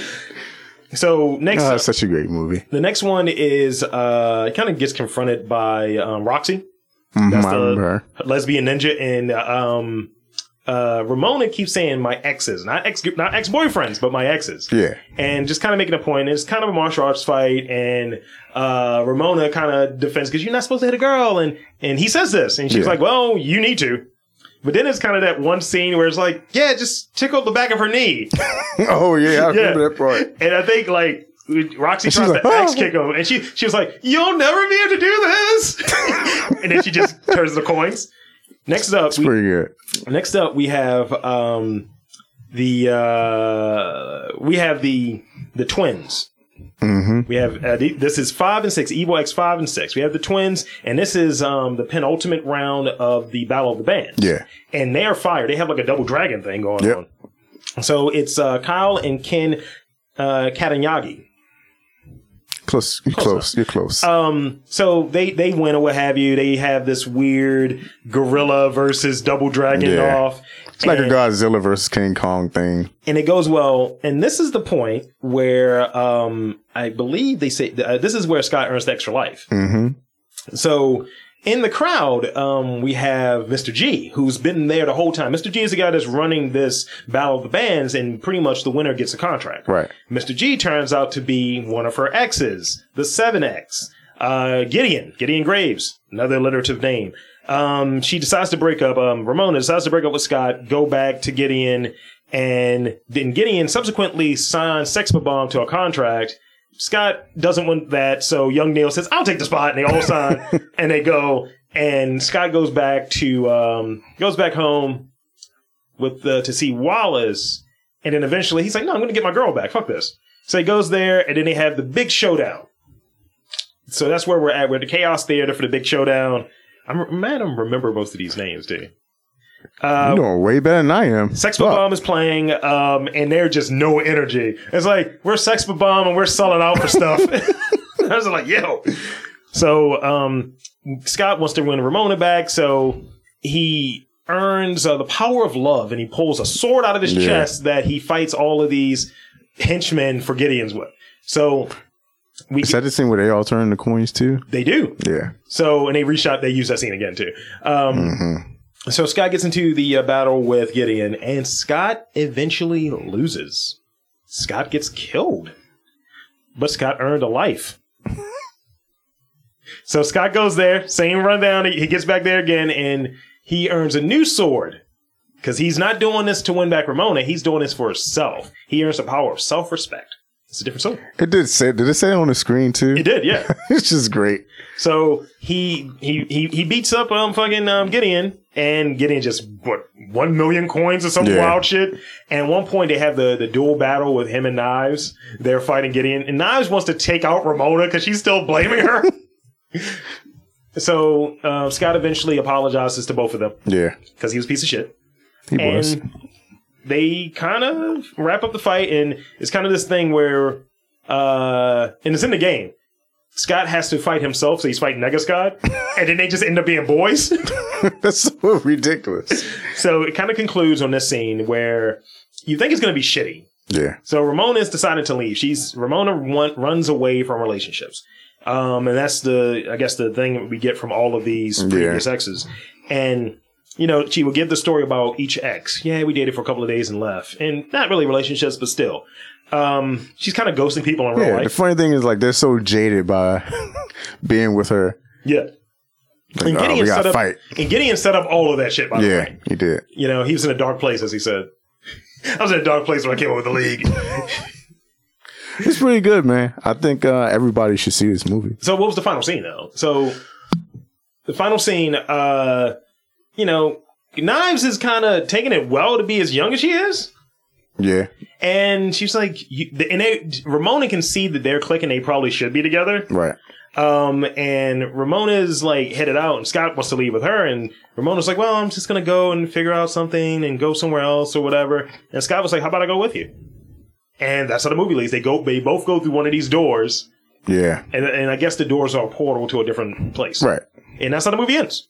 M: So next,
N: Ah, it's such a great movie.
M: the next one is uh, kind of gets confronted by um, Roxy,
N: Mhm,
M: That's
N: I
M: the-
N: remember her.
M: lesbian ninja, and uh, um, uh, Ramona keeps saying my exes, not ex, not ex boyfriends, but my exes
N: Yeah. [LAUGHS]
M: and just kind of making a point. It's kind of a martial arts fight, and uh, Ramona kind of defends because you're not supposed to hit a girl, and and he says this, and she's
N: Yeah.
M: like, "Well, you need to." But then it's kind of that one scene where it's like, "Yeah, just tickle the back of her knee," [LAUGHS]
N: oh yeah, I
M: Yeah.
N: remember that part.
M: and I think like. Roxy
N: And she's
M: tries
N: like,
M: to axe
N: "Oh."
M: kick him, and she she was like, "You'll never be able to do this," [LAUGHS] and then she just turns the coins. Next up,
N: It's pretty good.
M: Next up, we have um, the uh, we have the the twins.
N: Mm-hmm.
M: We have uh, the, this is five and six, Evil X five and six. We have the twins, and this is um, the penultimate round of the Battle of the Bands.
N: Yeah.
M: and they are fired. They have like a double dragon thing going
N: Yep.
M: on. So it's uh, Kyle and Ken uh, Katanyagi.
N: Close. You're close. You're close.
M: Um, so they they win or what have you. They have this weird gorilla versus double dragon
N: Yeah.
M: off.
N: it's like a
M: And-
N: Godzilla versus King Kong thing.
M: and it goes well. And this is the point where um, I believe they say uh, this is where Scott earns the extra life.
N: Mm-hmm.
M: So in the crowd, um, we have Mr. G, who's been there the whole time. Mr. G is the guy that's running this battle of the bands, and pretty much the winner gets a contract.
N: Right.
M: Mr. G turns out to be one of her exes, the Seven X, uh, Gideon, Gideon Graves, another alliterative name. Um, she decides to break up. Um, Ramona decides to break up with Scott, go back to Gideon, and then Gideon subsequently signs Sexpa Bomb to a contract. Scott doesn't want that, so Young Neil says, "I'll take the spot," and they all sign, and they go. And Scott goes back to um, goes back home with uh, to see Wallace, and then eventually he's like, "No, I'm going to get my girl back. Fuck this." So he goes there, and then they have the big showdown. So that's where we're at. We're at the Chaos Theater for the big showdown. I'm mad. I don't remember most of these names, do? you? Uh,
N: You're doing way better than I am.
M: Sex Bomb is playing, um, and they're just no energy. It's like we're Sex Bomb and we're selling out for stuff. [LAUGHS] I was like, yo. So um, Scott wants to win Ramona back, so he earns uh, the power of love, and he pulls a sword out of his
N: Yeah.
M: chest that he fights all of these henchmen for Gideon's with. So we
N: Is that the scene where they all turn into coins too?
M: they do.
N: Yeah.
M: So and they reshot. They use that scene again too. Um, So Scott gets into the uh, battle with Gideon, and Scott eventually loses. Scott gets killed, but Scott earned a life. so Scott goes there, same rundown. He he gets back there again, and he earns a new sword because he's not doing this to win back Ramona. He's doing this for himself. He earns the power of self-respect. It's a different sword.
N: It did say. Did it say it on the screen too?
M: It did, yeah.
N: [LAUGHS] it's just great.
M: So he he he, he beats up um fucking um Gideon and Gideon just what one million coins or some
N: Yeah.
M: wild shit. And at one point they have the the dual battle with him and Knives. They're fighting Gideon and Knives wants to take out Ramona because she's still blaming her. so uh, Scott eventually apologizes to both of them
N: Yeah.
M: because he was a piece of shit
N: He
M: and
N: was. [LAUGHS]
M: they kind of wrap up the fight, and it's kind of this thing where, uh, and it's in the game. Scott has to fight himself, so he's fighting Negascott, and then they just end up being boys.
N: That's so ridiculous.
M: so it kind of concludes on this scene where you think it's going to be shitty,
N: Yeah.
M: so Ramona has decided to leave. She's Ramona run, runs away from relationships, um, and that's the I guess the thing we get from all of these
N: Yeah.
M: previous exes. And you know, she will give the story about each ex. Yeah, we dated for a couple of days and left, and not really relationships, but still, um, she's kind of ghosting people in real
N: Yeah. The
M: life.
N: funny thing is, like, they're so jaded by [LAUGHS] being with her.
M: yeah,
N: Like,
M: and
N: oh,
M: Gideon set
N: we gotta
M: up
N: fight.
M: and Gideon set up all of that shit. By the way,
N: Yeah, he did.
M: you know, he was in a dark place, as he said. [LAUGHS] I was in a dark place when I came up with the
N: [LAUGHS]
M: league.
N: It's pretty good, man. I think uh, everybody should see this movie.
M: So what was the final scene though? So the final scene, uh you know, Knives is kind of taking it well to be as young as she is.
N: Yeah.
M: And she's like, you, and they, Ramona can see that they're clicking. They probably should be together.
N: Right.
M: Um, and Ramona's like headed out, and Scott wants to leave with her. And Ramona's like, well, I'm just gonna go and figure out something and go somewhere else or whatever. And Scott was like, how about I go with you? And that's how the movie leads. They go, they both go through one of these doors,
N: Yeah.
M: and and I guess the doors are a portal to a different place.
N: Right.
M: And that's how the movie ends.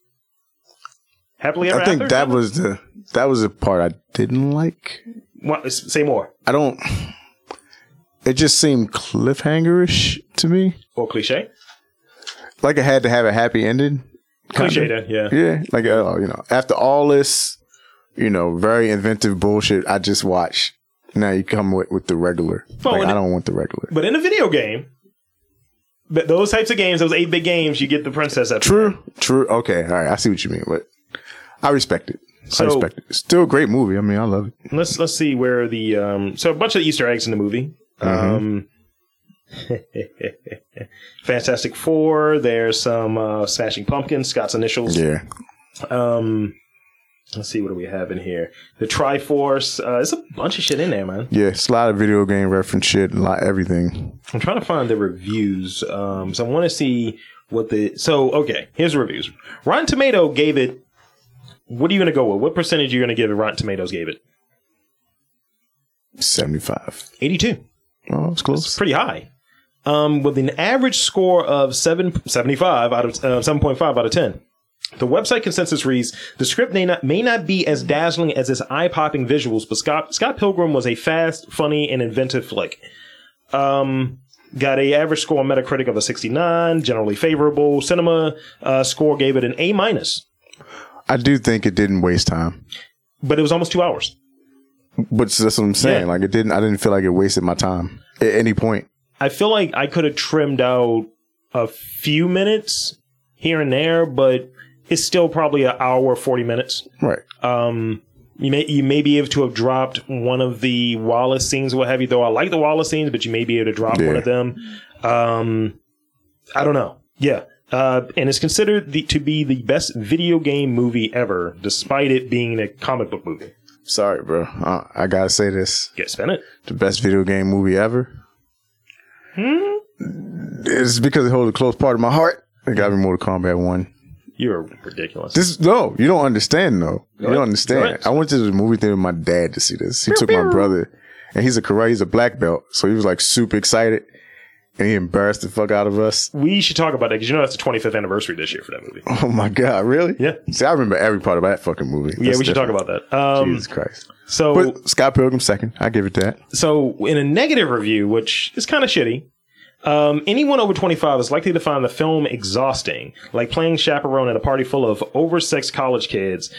M: Happily ever
N: I think
M: after.
N: that was the that was the part I didn't like.
M: What, say more.
N: I don't. It just seemed cliffhangerish to me.
M: Or cliche.
N: Like it had to have a happy ending. kinda.
M: Cliche then, yeah.
N: Yeah. Like oh, you know, after all this, you know, very inventive bullshit I just watched. Now you come with, with the regular.
M: Well,
N: Like,
M: and
N: I
M: it-
N: don't want the regular.
M: But in a video game, but those types of games, those eight bit games, you get the princess at
N: True. True. Okay. All right. I see what you mean, but I respect it.
M: So-
N: I respect it. Still a great movie. I mean, I love it.
M: Let's let's see where the um so a bunch of Easter eggs in the movie.
N: Mm-hmm.
M: Um [LAUGHS] Fantastic Four, there's some uh Smashing Pumpkins, Scott's initials.
N: Yeah.
M: Um let's see what do we have in here. The Triforce, uh there's a bunch of shit in there, man.
N: Yeah. It's a lot of video game reference shit. A lot everything.
M: I'm trying to find the reviews. Um so I want to see what the so okay, here's the reviews. Rotten Tomato gave it what are you gonna go with? What percentage are you gonna give it Rotten Tomatoes gave it?
N: 75.
M: 82.
N: Oh, it's close.
M: pretty high. Um, with an average score of 7, 75 out of uh, 7.5 out of 10. The website consensus reads The script may not, may not be as dazzling as its eye popping visuals, but Scott, Scott Pilgrim was a fast, funny, and inventive flick. Um, got a average score on Metacritic of a 69, generally favorable. Cinema uh, score gave it an A minus,
N: I do think it didn't waste time.
M: but it was almost two hours.
N: But that's what I'm saying. Like it didn't. I didn't feel like it wasted my time at any point.
M: I feel like I could have trimmed out a few minutes here and there, but it's still probably an hour forty minutes.
N: Right.
M: Um, you may you may be able to have dropped one of the Wallace scenes, what have you. Though I like the Wallace scenes, but you may be able to drop one
P: Yeah.
M: of them. Um, I don't know. Yeah. Uh, and it's considered the, to be the best video game movie ever, despite it being a comic book movie.
N: Sorry, bro. I, I gotta say this.
M: Get spin it.
N: The best video game movie ever.
M: Hmm?
N: It's because it holds a close part of my heart. It got me Mortal Kombat One.
M: You're ridiculous.
N: This no, you don't understand though. You don't understand.
M: Correct.
N: I went to the movie theater with my dad to see this. He took my brother, and he's a karate. He's a black belt, so he was like super excited, and he embarrassed the fuck out of us. [LAUGHS]
M: we should talk about that because you know that's the 25th anniversary this year for that movie.
N: Oh my god, really?
M: Yeah.
N: See, I remember every part about that fucking movie.
M: Yeah, we should talk about that. Um,
N: Jesus Christ.
M: So
N: but Scott Pilgrim second. I give it that.
M: So, in a negative review, which is kind of shitty, um, anyone over 25 is likely to find the film exhausting, like playing chaperone at a party full of oversexed college kids.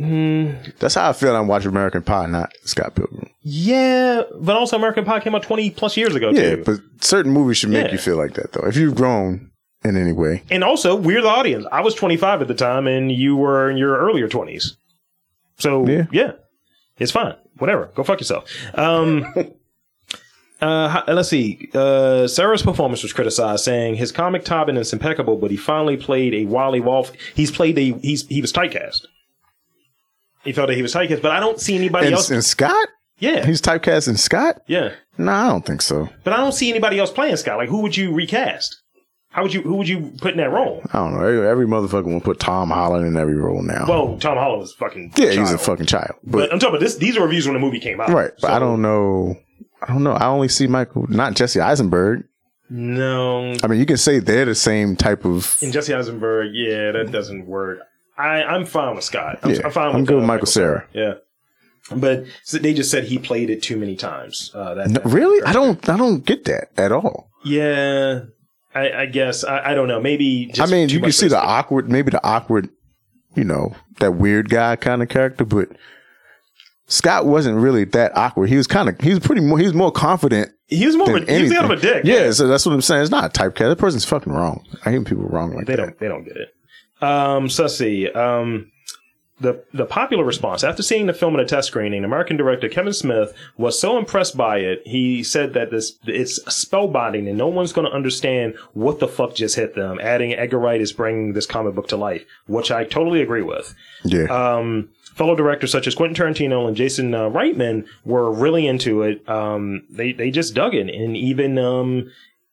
M: Mm,
N: That's how I feel. I'm watching American Pie, not Scott Pilgrim.
M: yeah, but also American Pie came out 20 plus years ago,
N: yeah,
M: too.
N: but certain movies should make
M: Yeah.
N: you feel like that though. If you've grown in any way,
M: and also, we're the audience. I was 25 at the time, and you were in your earlier 20s. So, yeah, it's fine. Whatever. Go fuck yourself. Um, [LAUGHS] uh, hi- let's see. Uh, Sarah's performance was criticized, saying his comic Tobin is impeccable, but he finally played a Wally Wolf. He's played a he's he was typecast. He felt that he was typecast, but I don't see anybody
N: and,
M: else.
N: and Scott,
M: Yeah.
N: he's typecast in Scott.
M: yeah,
N: No, I don't think so.
M: but I don't see anybody else playing Scott. Like, who would you recast? How would you who would you put in that role?
N: I don't know. Every, every motherfucker will put Tom Holland in every role now.
M: Well, Tom Holland was fucking
N: yeah,
M: child.
N: he's a fucking child.
M: But, uh,
N: But,
M: I'm talking about this. These are reviews when the movie came out,
N: right, but I don't know. I don't know. I only see Michael, not Jesse Eisenberg.
M: No,
N: I mean, you can say they're the same type of.
M: and Jesse Eisenberg, yeah, that doesn't work. I, I'm fine with Scott. I'm,
N: Mm-hmm. yeah,
M: I'm fine with
N: I'm good
M: uh,
N: with Michael Sarah.
M: Yeah, but so they just said he played it too many times. Uh, that,
N: No, really? I don't. I don't get that at all.
M: yeah, I, I guess I, I don't know. Maybe just
N: I mean,
M: too
N: you can
M: much
N: see the awkward, maybe the awkward, you know, that weird guy kind of character, but Scott wasn't really that awkward. He was kind of, he was pretty more, he was more confident.
M: He was more of a- he was kind of a dick,
N: Yeah, so that's what I'm saying. It's not a typecast. That person's fucking wrong. I hate when people are wrong like
M: They
N: that.
M: don't. They don't get it. Um, so let's see. Um, the, the popular response after seeing the film at a test screening, American director Kevin Smith was so impressed by it, he said that this it's spellbinding and no one's going to understand what the fuck just hit them. Adding Edgar Wright is bringing this comic book to life, which I totally agree with.
N: Yeah. Uh,
M: Um, fellow directors such as Quentin Tarantino and Jason uh, Reitman were really into it. Um, they they just dug it, and even um,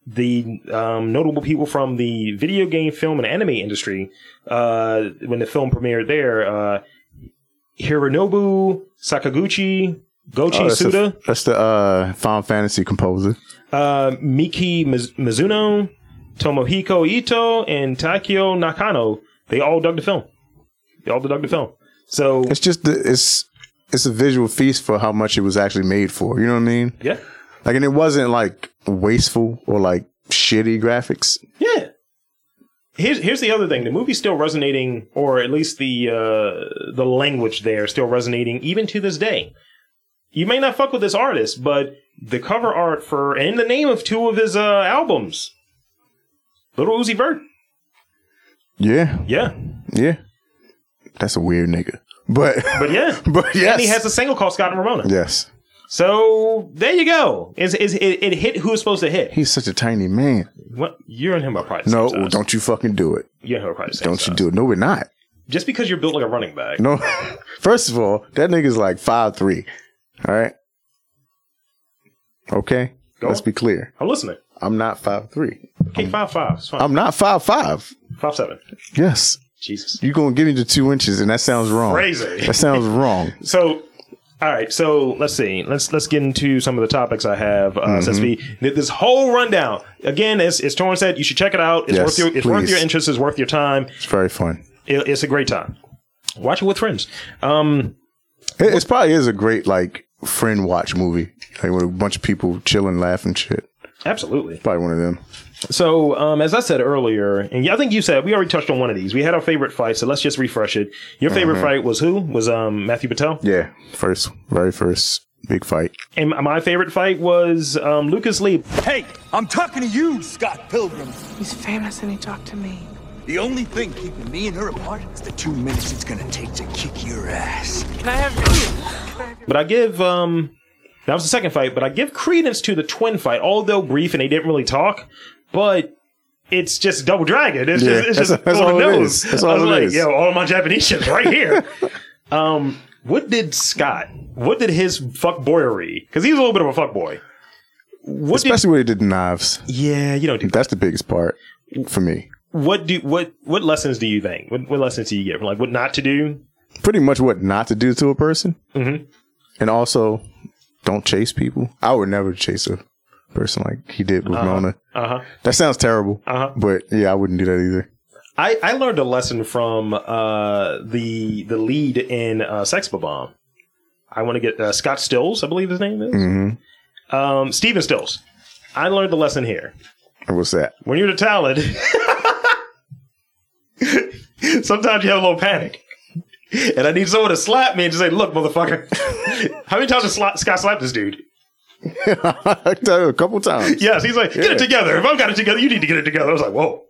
M: the um, notable people from the video game, film, and anime industry uh, when the film premiered there. Uh, Hironobu Sakaguchi, Gochi
N: Oh, that's
M: Suda,
N: The, that's the uh, Final Fantasy composer.
M: uh, Miki Miz- Mizuno, Tomohiko Ito, and Takio Nakano. They all dug the film. They all dug the film. So
N: It's just the, it's it's a visual feast for how much it was actually made for. You know what I mean?
M: Yeah.
N: Like, and it wasn't like wasteful or like shitty graphics.
M: Yeah. Here's here's the other thing. The movie's still resonating, or at least the uh, the language there is still resonating even to this day. You may not fuck with this artist, but the cover art for and in the name of two of his uh, albums, Little Uzi Vert.
N: Yeah.
M: Yeah.
N: Yeah. That's a weird nigga. But [LAUGHS]
M: But yeah,
N: but yes.
M: and he has a single called Scott and Ramona.
N: yes,
M: So there you go. It's, it's, it, it hit who it's supposed to hit.
N: he's such a tiny man.
M: What you're in him about price?
N: No, don't you fucking do it.
M: You're in him about price.
N: Don't you do it. No, we're not.
M: Just because you're built like a running back.
N: No. [LAUGHS] First of all, that nigga's like five three. All right. Okay.
M: Go
N: Let's
M: on.
N: be clear.
M: I'm listening.
N: I'm not five three.
M: Okay, five five. It's fine.
N: I'm not five five.
M: Five seven.
N: Yes.
M: Jesus.
N: You're gonna give me the two inches, and that sounds wrong.
M: Crazy.
N: That
M: [LAUGHS]
N: sounds wrong.
M: So, all right. So let's see. Let's let's get into some of the topics I have. Uh,
N: Mm-hmm.
M: Since we th- this whole rundown again, as as Torrance said, you should check it out. It's
N: Yes,
M: worth your it's worth
N: please.
M: your interest. It's worth your time.
N: It's very fun.
M: It, it's a great time. Watch it with friends. Um,
N: It it's probably is a great like friend watch movie, like with a bunch of people chilling, laughing, shit.
M: absolutely.
N: Probably one of them.
M: So, um, as I said earlier, and I think you said we already touched on one of these. We had our favorite fight, so let's just refresh it. Your favorite
N: Mhm.
M: fight was who? Was um Matthew Patel?
N: Yeah, first, very first big fight.
M: And my favorite fight was um, Lucas Lee.
P: Hey, I'm talking to you, Scott Pilgrim.
E: He's famous and he talked to me.
P: The only thing keeping me and her apart is the two minutes it's gonna take to kick your ass.
E: Can I have
M: But I give um that was the second fight, but I give credence to the twin fight, although brief and they didn't really talk, but it's just double dragon. It's
N: Yeah,
M: just it's
N: that's-
M: just
N: that's
M: on
N: all
M: the
N: it
M: nose.
N: is. That's all
M: I was
N: it
M: like,
N: is.
M: yo, all my Japanese shit's right here. [LAUGHS] um what did Scott what did his fuckboyery because he's a little bit of a fuckboy. What did,
N: Especially when they did knives.
M: Yeah, you don't do
N: That's the biggest part for me.
M: what do what what lessons do you think? What, what lessons do you get? Like what not to do?
N: Pretty much what not to do to a person.
M: Mhm.
N: And also, don't chase people. I would never chase a person like he did with Mona.
M: Uh-huh.
N: That sounds terrible.
M: Uh-huh.
N: But yeah, I wouldn't do that either.
M: I, I learned a lesson from uh, the the lead in uh, Sex Bomb. I want to get uh, Scott Stills, I believe his name is.
N: Mm-hmm.
M: Um, Steven Stills. I learned the lesson here.
N: What's that? [LAUGHS]
M: When you're the talent, [LAUGHS] sometimes you have a little panic. And I need someone to slap me and just say, look, motherfucker. [LAUGHS] How many times has Sla- Scott slapped this dude?
N: I tell you a couple times.
M: Yes, he's like, get
N: Yeah.
M: it together. If I've got it together, you need to get it together. I was like, whoa.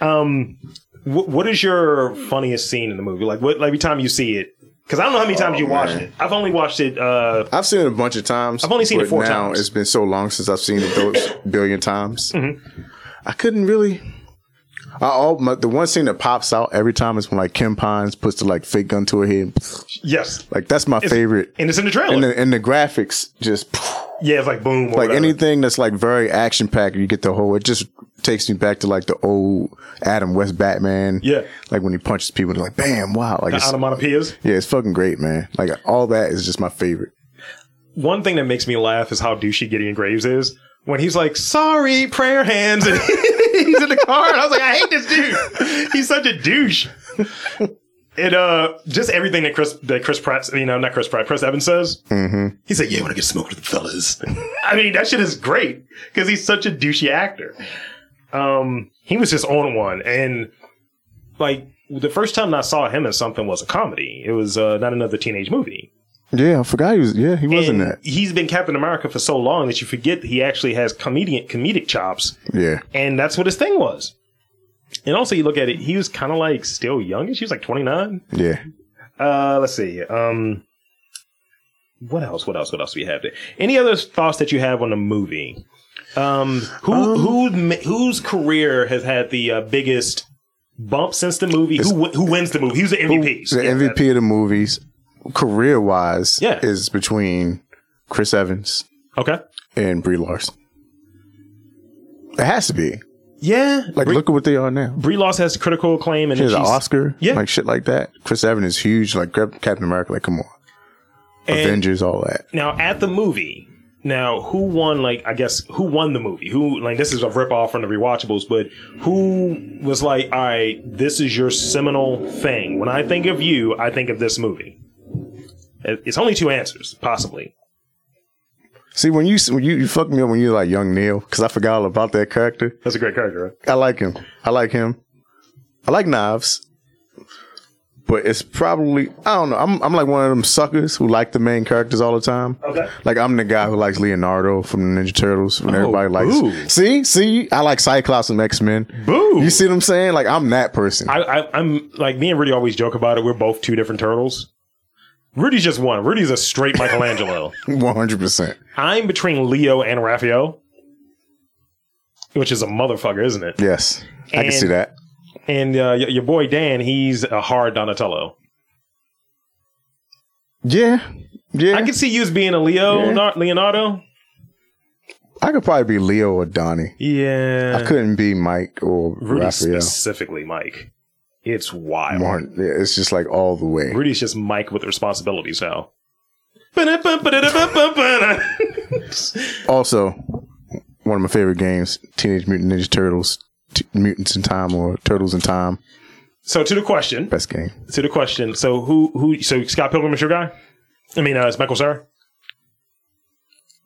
M: Um, wh- what is your funniest scene in the movie? Like, what every time you see it? Because I don't know how many times you watched
N: man.
M: it. I've only watched it. Uh,
N: I've seen it a bunch of times.
M: I've only seen it
N: but
M: four
N: now
M: times.
N: It's been so long since I've seen
M: [LAUGHS]
N: it those billion times.
M: Mm-hmm.
N: I couldn't really. I all my, the one scene that pops out every time is when like Kim Pines puts the like fake gun to her head.
M: yes,
N: Like that's my
M: It's-
N: favorite.
M: and it's in the trailer.
N: And the, and the graphics just
M: yeah, it's like boom. Or
N: like
M: whatever.
N: anything that's like very action packed. You get the whole. It just takes me back to like the old Adam West Batman.
M: Yeah.
N: Like when he punches people, they're like bam, wow. Like
M: the
N: it's,
M: onomatopoeias.
N: yeah, it's fucking great, man. Like all that is just my favorite.
M: One thing that makes me laugh is how douchey Gideon Graves is when he's like, "Sorry, prayer hands," and [LAUGHS] he's in the car, and I was like, "I hate this dude. He's such a douche." And uh, just everything that Chris that Chris Pratt, you know, not Chris Pratt, Chris Evans says.
N: Mm-hmm.
M: He's like, yeah, I want to get smoked with the fellas. [LAUGHS] I mean, that shit is great because he's such a douchey actor. Um, he was just on one, and like the first time I saw him in something was a comedy. It was uh, not another teenage movie.
N: Yeah, I forgot he was. Yeah, he was in
M: And
N: that.
M: He's been Captain America for so long that you forget he actually has comedian comedic chops,
N: Yeah.
M: and that's what his thing was. And also, you look at it, he was kind of like still youngish. He was like twenty nine.
N: Yeah.
M: Uh, let's see. Um, what else? What else? What else do we have there? Any other thoughts that you have on the movie? Um, who who ma- whose career has had the uh, biggest bump since the movie? Who wi- who wins the movie? Who's the MVP?
N: The MVP of the movies, career wise, is between Chris Evans,
M: okay,
N: and Brie Larson. It has to be.
M: Yeah,
N: like look at what they are now.
M: Brie Larson has critical acclaim and
N: She has an
M: she's-
N: Oscar,
M: Yeah,
N: like shit like that. Chris Evans is huge, like Cap- Captain America. Like, come on, Avengers, all that.
M: Now at the movie, now who won? Like I guess who won the movie? Who like this is a rip off from the rewatchables, but who was like, all right, this is your seminal thing. When I think of you, I think of this movie. It- It's only two answers, possibly.
N: See, when you when you, you fucked me up when you were like young Neil, because I forgot all about that character.
M: That's a great character. Right?
N: I like him. I like him. I like knives. But it's probably I don't know. I'm I'm like one of them suckers who like the main characters all the time.
M: Okay. Oh,
N: Like I'm the guy who likes Leonardo from the Ninja Turtles when everybody likes.
M: boo.
N: See, see, I like Cyclops from X Men.
M: Boo!
N: You see what I'm saying? Like I'm that person.
M: I, I, I'm like me and Rudy always joke about it. We're both two different turtles. Rudy's just one. Rudy's a straight Michelangelo.
N: [LAUGHS] One hundred percent.
M: I'm between Leo and Raphael, which is a motherfucker, isn't it?
N: Yes, I can
M: And-
N: see that.
M: And uh, y- your boy Dan, he's a hard Donatello.
N: Yeah, yeah.
M: I can see you as being a Leo,
N: Yeah.
M: Nar- Leonardo.
N: I could probably be Leo or Donnie.
M: Yeah,
N: I couldn't be Mike or
M: Rudy
N: Raphael.
M: specifically, Mike. It's wild.
N: More, yeah, it's just like all the way.
M: Rudy's just Mike with responsibilities [LAUGHS] now. Ba-da-ba-ba-da-ba-ba-ba-da.
N: Also, one of my favorite games, Teenage Mutant Ninja Turtles, T- Mutants in Time or Turtles in Time.
M: So to the question.
N: Best game.
M: To the question. So who who? So Scott Pilgrim is your guy? I mean, uh, it's Michael Sarah.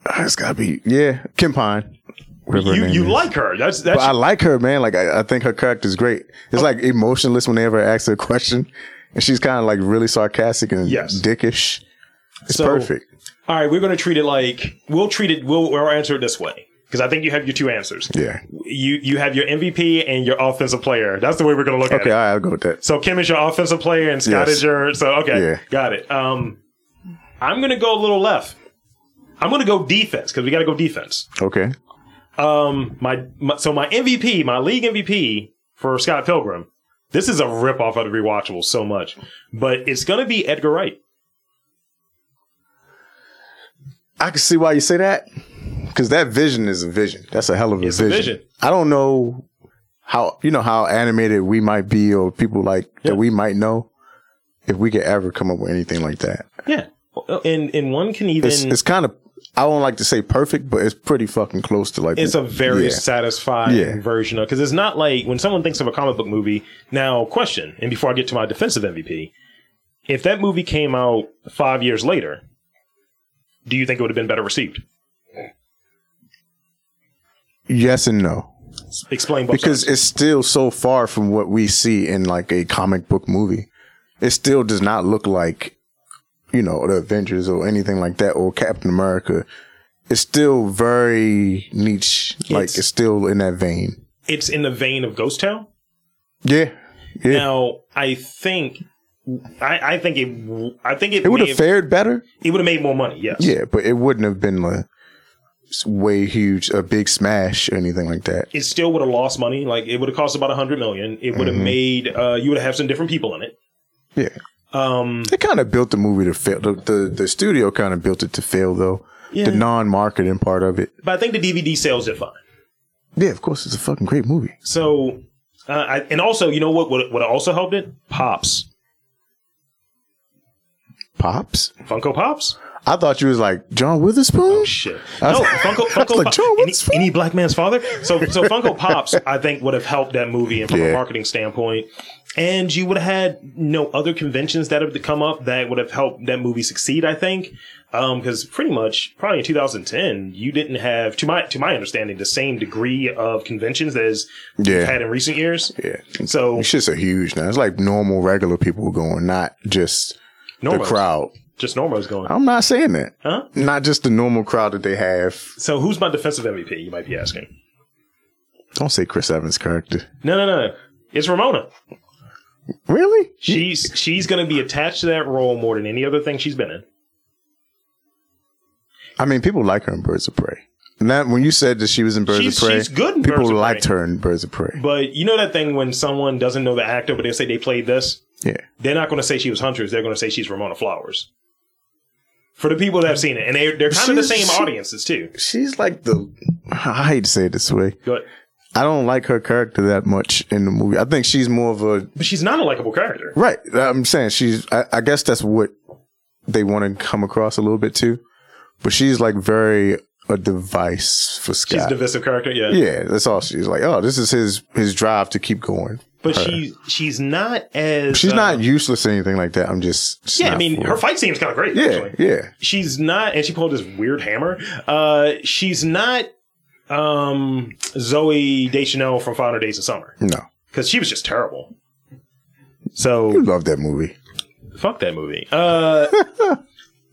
N: Ah, It's gotta be yeah, Kim Pine. whatever her
M: You
N: name
M: you
N: is.
M: like her? That's
N: But
M: that's.
N: I like her, man. Like I, I think her character's great. It's
M: Oh.
N: like emotionless whenever I ask her a question, and she's kind of like really sarcastic and
M: Yes.
N: dickish. It's
M: So-
N: perfect.
M: All right, we're going to treat it like we'll treat it. We'll, we'll answer it this way because I think you have your two answers.
N: Yeah.
M: You you have your MVP and your offensive player. That's the way we're going to look
N: Okay,
M: at it.
N: all right, I'll go with that.
M: So Kim is your offensive player and Scott
N: Yes.
M: is your so okay.
N: Yeah.
M: Got it. Um I'm going to go a little left. I'm going to go defense cuz we got to go defense.
N: Okay.
M: Um my, my so my MVP, my league MVP for Scott Pilgrim. This is a rip off of the rewatchable so much, but it's going to be Edgar Wright.
N: I can see why you say that because that vision is a vision. That's a hell of a,
M: a
N: vision.
M: vision.
N: I don't know how you know how animated we might be or people like that we might know if we could ever come up with anything like that.
M: Yeah. And and one can even
N: It's, it's kind of I don't like to say perfect, but it's pretty fucking close to like
M: it's a very
N: Yeah.
M: satisfying
N: Yeah.
M: version of because it's not like when someone thinks of a comic book movie. Now, question, and before I get to my defensive MVP, if that movie came out five years later, do you think it would have been better received?
N: yes and no
M: Explain both
N: because it's still so far from what we see in like a comic book movie. It still does not look like you know the Avengers or anything like that or Captain America. It's still very niche. like
M: It's-
N: it's still in that vein.
M: it's in the vein of Ghost Town.
N: Yeah. Yeah.
M: Now, I think, I, I think it, w- I think it,
N: It would
M: may
N: have fared better.
M: It would have made more money. Yes.
N: Yeah, but it wouldn't have been a s- way huge, a big smash or anything like that.
M: it still would have lost money. Like it would have cost about a hundred million. It would have
N: Mhm.
M: made uh, you would have some different people in it.
N: Yeah.
M: Um,
N: They kind of built the movie to fail. The, the, the studio kind of built it to fail, though.
M: Yeah.
N: The non marketing part of it.
M: but I think the DVD sales did fine.
N: Yeah, of course, it's a fucking great movie.
M: So, uh, I, and also, you know what? What what also helped it? Pops,
N: Pops?
M: Funko Pops.
N: I thought you was like, John Witherspoon?
M: shit.
N: I was,
M: No, Funko
N: Oh, [LAUGHS] I was
M: Funko
N: like,
M: Pops.
N: John
M: Any, any black man's father. So so Funko Pops, I think, would have helped that movie, and from a
N: Yeah.
M: marketing standpoint. And you would have had no other conventions that have come up that would have helped that movie succeed. I think, because pretty much probably in 2010, you didn't have, to my to my understanding, the same degree of conventions as
N: Yeah.
M: you've had in recent years. Yeah. So
N: It's just a huge now. It's like normal, regular people going, not just
M: Normals.
N: the crowd.
M: Just Normo's going.
N: I'm not saying that.
M: Huh?
N: Not just the normal crowd that they have.
M: So who's my defensive MVP? You might be asking.
N: Don't say Chris Evans' character.
M: No, no, no. It's Ramona.
N: Really?
M: She's she's going to be attached to that role more than any other thing she's been in.
N: I mean, people like her in Birds of Prey. And that when you said that she was in Birds
M: She's-
N: of Prey,
M: she's good in
N: people
M: Birds of Prey.
N: liked her in Birds of Prey.
M: But you know that thing when someone doesn't know the actor, but they say they played this.
N: Yeah.
M: They're not going to say she was Huntress. They're going to say she's Ramona Flowers. For the people that have seen it, and they're they're kind of the
N: She's-
M: same
N: she-
M: audiences too.
N: She's like the. I hate to say it this way.
M: Go ahead.
N: I don't like her character that much in the movie. I think she's more of a
M: But she's not a likable character.
N: Right. I'm saying she's, I, I guess that's what they want to come across a little bit too. But she's like very a device for Scott.
M: She's a divisive character. Yeah.
N: Yeah, that's all she's like. Oh, this is his his drive to keep going.
M: But
N: Her.
M: she she's not as
N: she's
M: uh,
N: not useless or anything like that. I'm just she's
M: Yeah, I
N: not
M: mean,
N: for-
M: her fight scene's kind of great.
N: Yeah,
M: actually.
N: yeah.
M: She's not, and she pulled this weird hammer. Uh, she's not um, Zoe Deschanel from Final Days of Summer
N: No,
M: because she was just terrible. So
N: you love that movie.
M: Fuck that movie. Uh, [LAUGHS]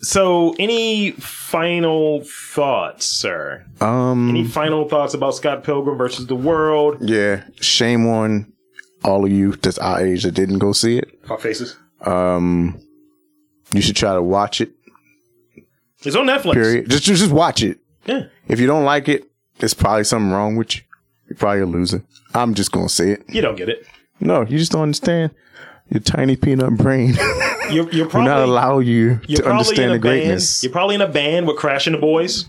M: so, any final thoughts, sir?
N: Um,
M: Any final thoughts about Scott Pilgrim versus the World?
N: yeah, shame on all of you that's our age that didn't go see it.
M: Fuck faces.
N: Um, you should try to watch it.
M: It's on Netflix.
N: Period. Just just, just watch it.
M: Yeah.
N: If you don't like it, there's probably something wrong with you. You're probably a loser. I'm just gonna say it.
M: You don't get it.
N: No, you just don't understand your tiny peanut brain. [LAUGHS]
M: You're, you're
N: will
M: probably
N: not allow you
M: You're
N: to
M: probably
N: understand
M: in a
N: the greatness.
M: Band, you're probably in a band with Crash and the Boys.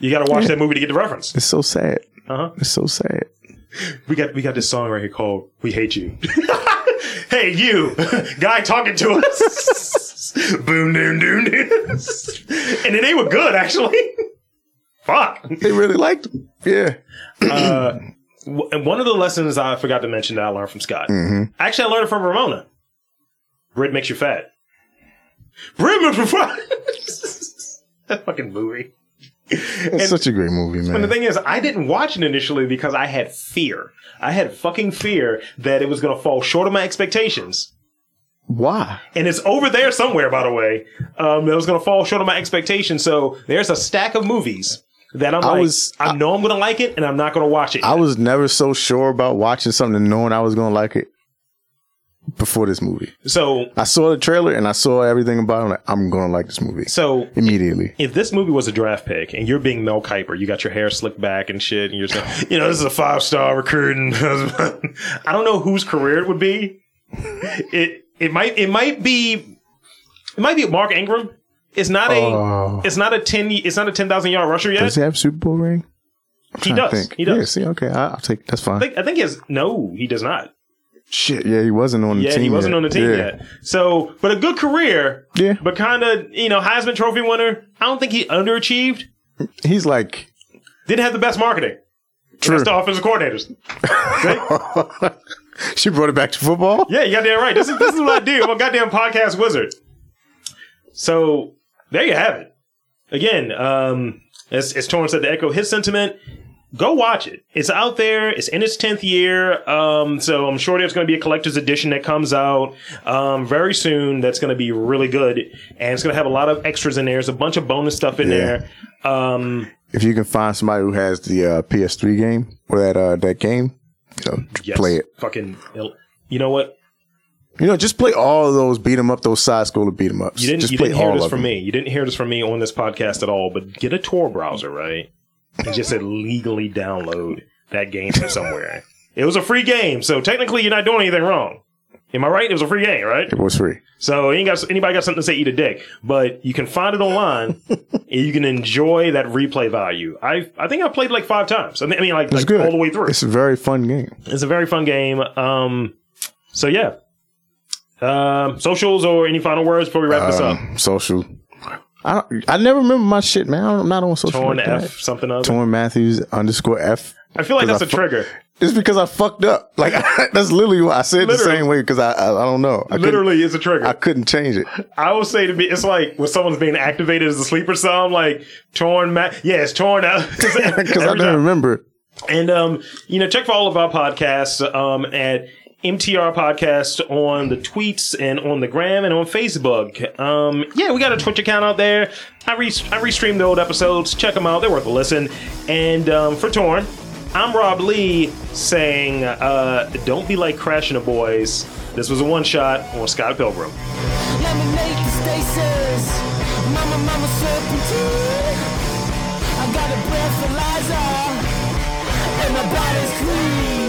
M: You got to watch
N: Yeah.
M: that movie to get the reference.
N: It's so sad.
M: Uh-huh.
N: It's so sad.
M: We got we got this song right here called "We Hate You." [LAUGHS] hey, you [LAUGHS] guy talking to us. [LAUGHS] boom, doom, doom, doom. [LAUGHS] and then they were good, actually. [LAUGHS] Fuck.
N: They really liked him. Yeah.
M: Uh, w- and one of the lessons I forgot to mention that I learned from Scott.
N: Mhm.
M: Actually, I learned it from Ramona. Bread makes you fat. Bread makes you fat. [LAUGHS] that fucking movie.
N: It's
M: And-
N: such a great movie, man.
M: But the thing is, I didn't watch it initially because I had fear. I had fucking fear that it was going to fall short of my expectations.
N: Why?
M: And it's over there somewhere, by the way. Um, that was going to fall short of my expectations. So there's a stack of movies that I'm
N: I
M: like,
N: was-
M: I, know I'm going to like it, and I'm not going to watch it.
N: I was never so sure about watching something and knowing I was gonna like it before this movie.
M: so
N: I saw the trailer and I saw everything about it. I'm like, I'm gonna like this movie.
M: So
N: immediately.
M: if this movie was a draft pick and you're being Mel Kiper, you got your hair slicked back and shit, and you're just, you know, this is a five star recruiting [LAUGHS] husband. I don't know whose career it would be. It it might it might be it might be Mark Ingram. It's not a
N: Oh.
M: it's not a ten it's not a ten thousand yard rusher yet.
N: Does he have a Super Bowl ring? I'm
M: He
N: trying to
M: does.
N: think.
M: He does.
N: Yeah, see, okay, I, I'll take. That's
M: I
N: fine.
M: think I think he has no, he does not.
N: Shit, yeah, he wasn't on the
M: yeah,
N: team.
M: he wasn't
N: yet.
M: on the team
N: Yeah.
M: yet. So, but a good career.
N: Yeah.
M: But kind of, you know, Heisman Trophy winner. I don't think he underachieved.
N: He's like
M: Didn't have the best marketing.
N: True.
M: That's the offensive coordinators.
N: she brought it back to football.
M: Yeah, you goddamn right. This is this is what I do. I'm a goddamn podcast wizard. So there you have it. Again, um, as as Torrance said, to echo his sentiment. Go watch it. It's out there. It's in its tenth year. Um, so I'm sure there's going to be a collector's edition that comes out um, very soon. That's going to be really good, and it's going to have a lot of extras in there. There's a bunch of bonus stuff in
N: Yeah.
M: there. Um,
N: If you can find somebody who has the uh, PS3 game or that uh, that game, you know, j-
M: yes,
N: play it.
M: Fucking. ill- You know what?
N: You know, just play all of those beat 'em up, those side scroller beat 'em ups.
M: You didn't,
N: just
M: you
N: play
M: didn't hear
N: all
M: this
N: of
M: from
N: them.
M: me. You didn't hear this from me on this podcast at all, but get a Tor browser, right? And just said legally download that game from somewhere. it was a free game, so technically you're not doing anything wrong. Am I right? It was a free game, right?
N: It was free.
M: So ain't got anybody got something to say eat a dick, but you can find it
N: [LAUGHS]
M: online and you can enjoy that replay value. I I think I played like five times. I mean, I mean like,
N: It's
M: like
N: good
M: all the way through.
N: It's a very fun game.
M: It's a very fun game. Um, so yeah. Um, socials or any final words before we wrap this up?
N: Um, social. I don't, I never remember my shit, man. I don't- I'm not on social.
M: Torn
N: like
M: F
N: that.
M: something other.
N: Torn Matthews underscore F.
M: I feel like
N: 'Cause
M: that's a
N: fu-
M: trigger.
N: It's because I fucked up. Like [LAUGHS] that's literally what I said the
M: Literally.
N: same way because I, I I don't know. I couldn't-
M: Literally, it's a trigger.
N: I couldn't change
M: [LAUGHS]
N: it.
M: I would say to be, it's like when someone's being activated as a sleeper cell, I'm like torn. Ma- yeah, it's torn
N: [LAUGHS]
M: out. [LAUGHS]
N: Because I don't remember.
M: And um, you know, check for all of our podcasts um, at MTR Podcast on the tweets and on the gram and on Facebook. Um, yeah, we got a Twitch account out there. I re- I restream the old episodes. Check them out; they're worth a listen. And um, for Torn, I'm Rob Lee saying, uh, don't be like Crashing the Boys. This was a one shot on Scott Pilgrim.
Q: Lemonade and stasis. Mama, mama, serpentine. I got a breathalyzer, and my body's clean.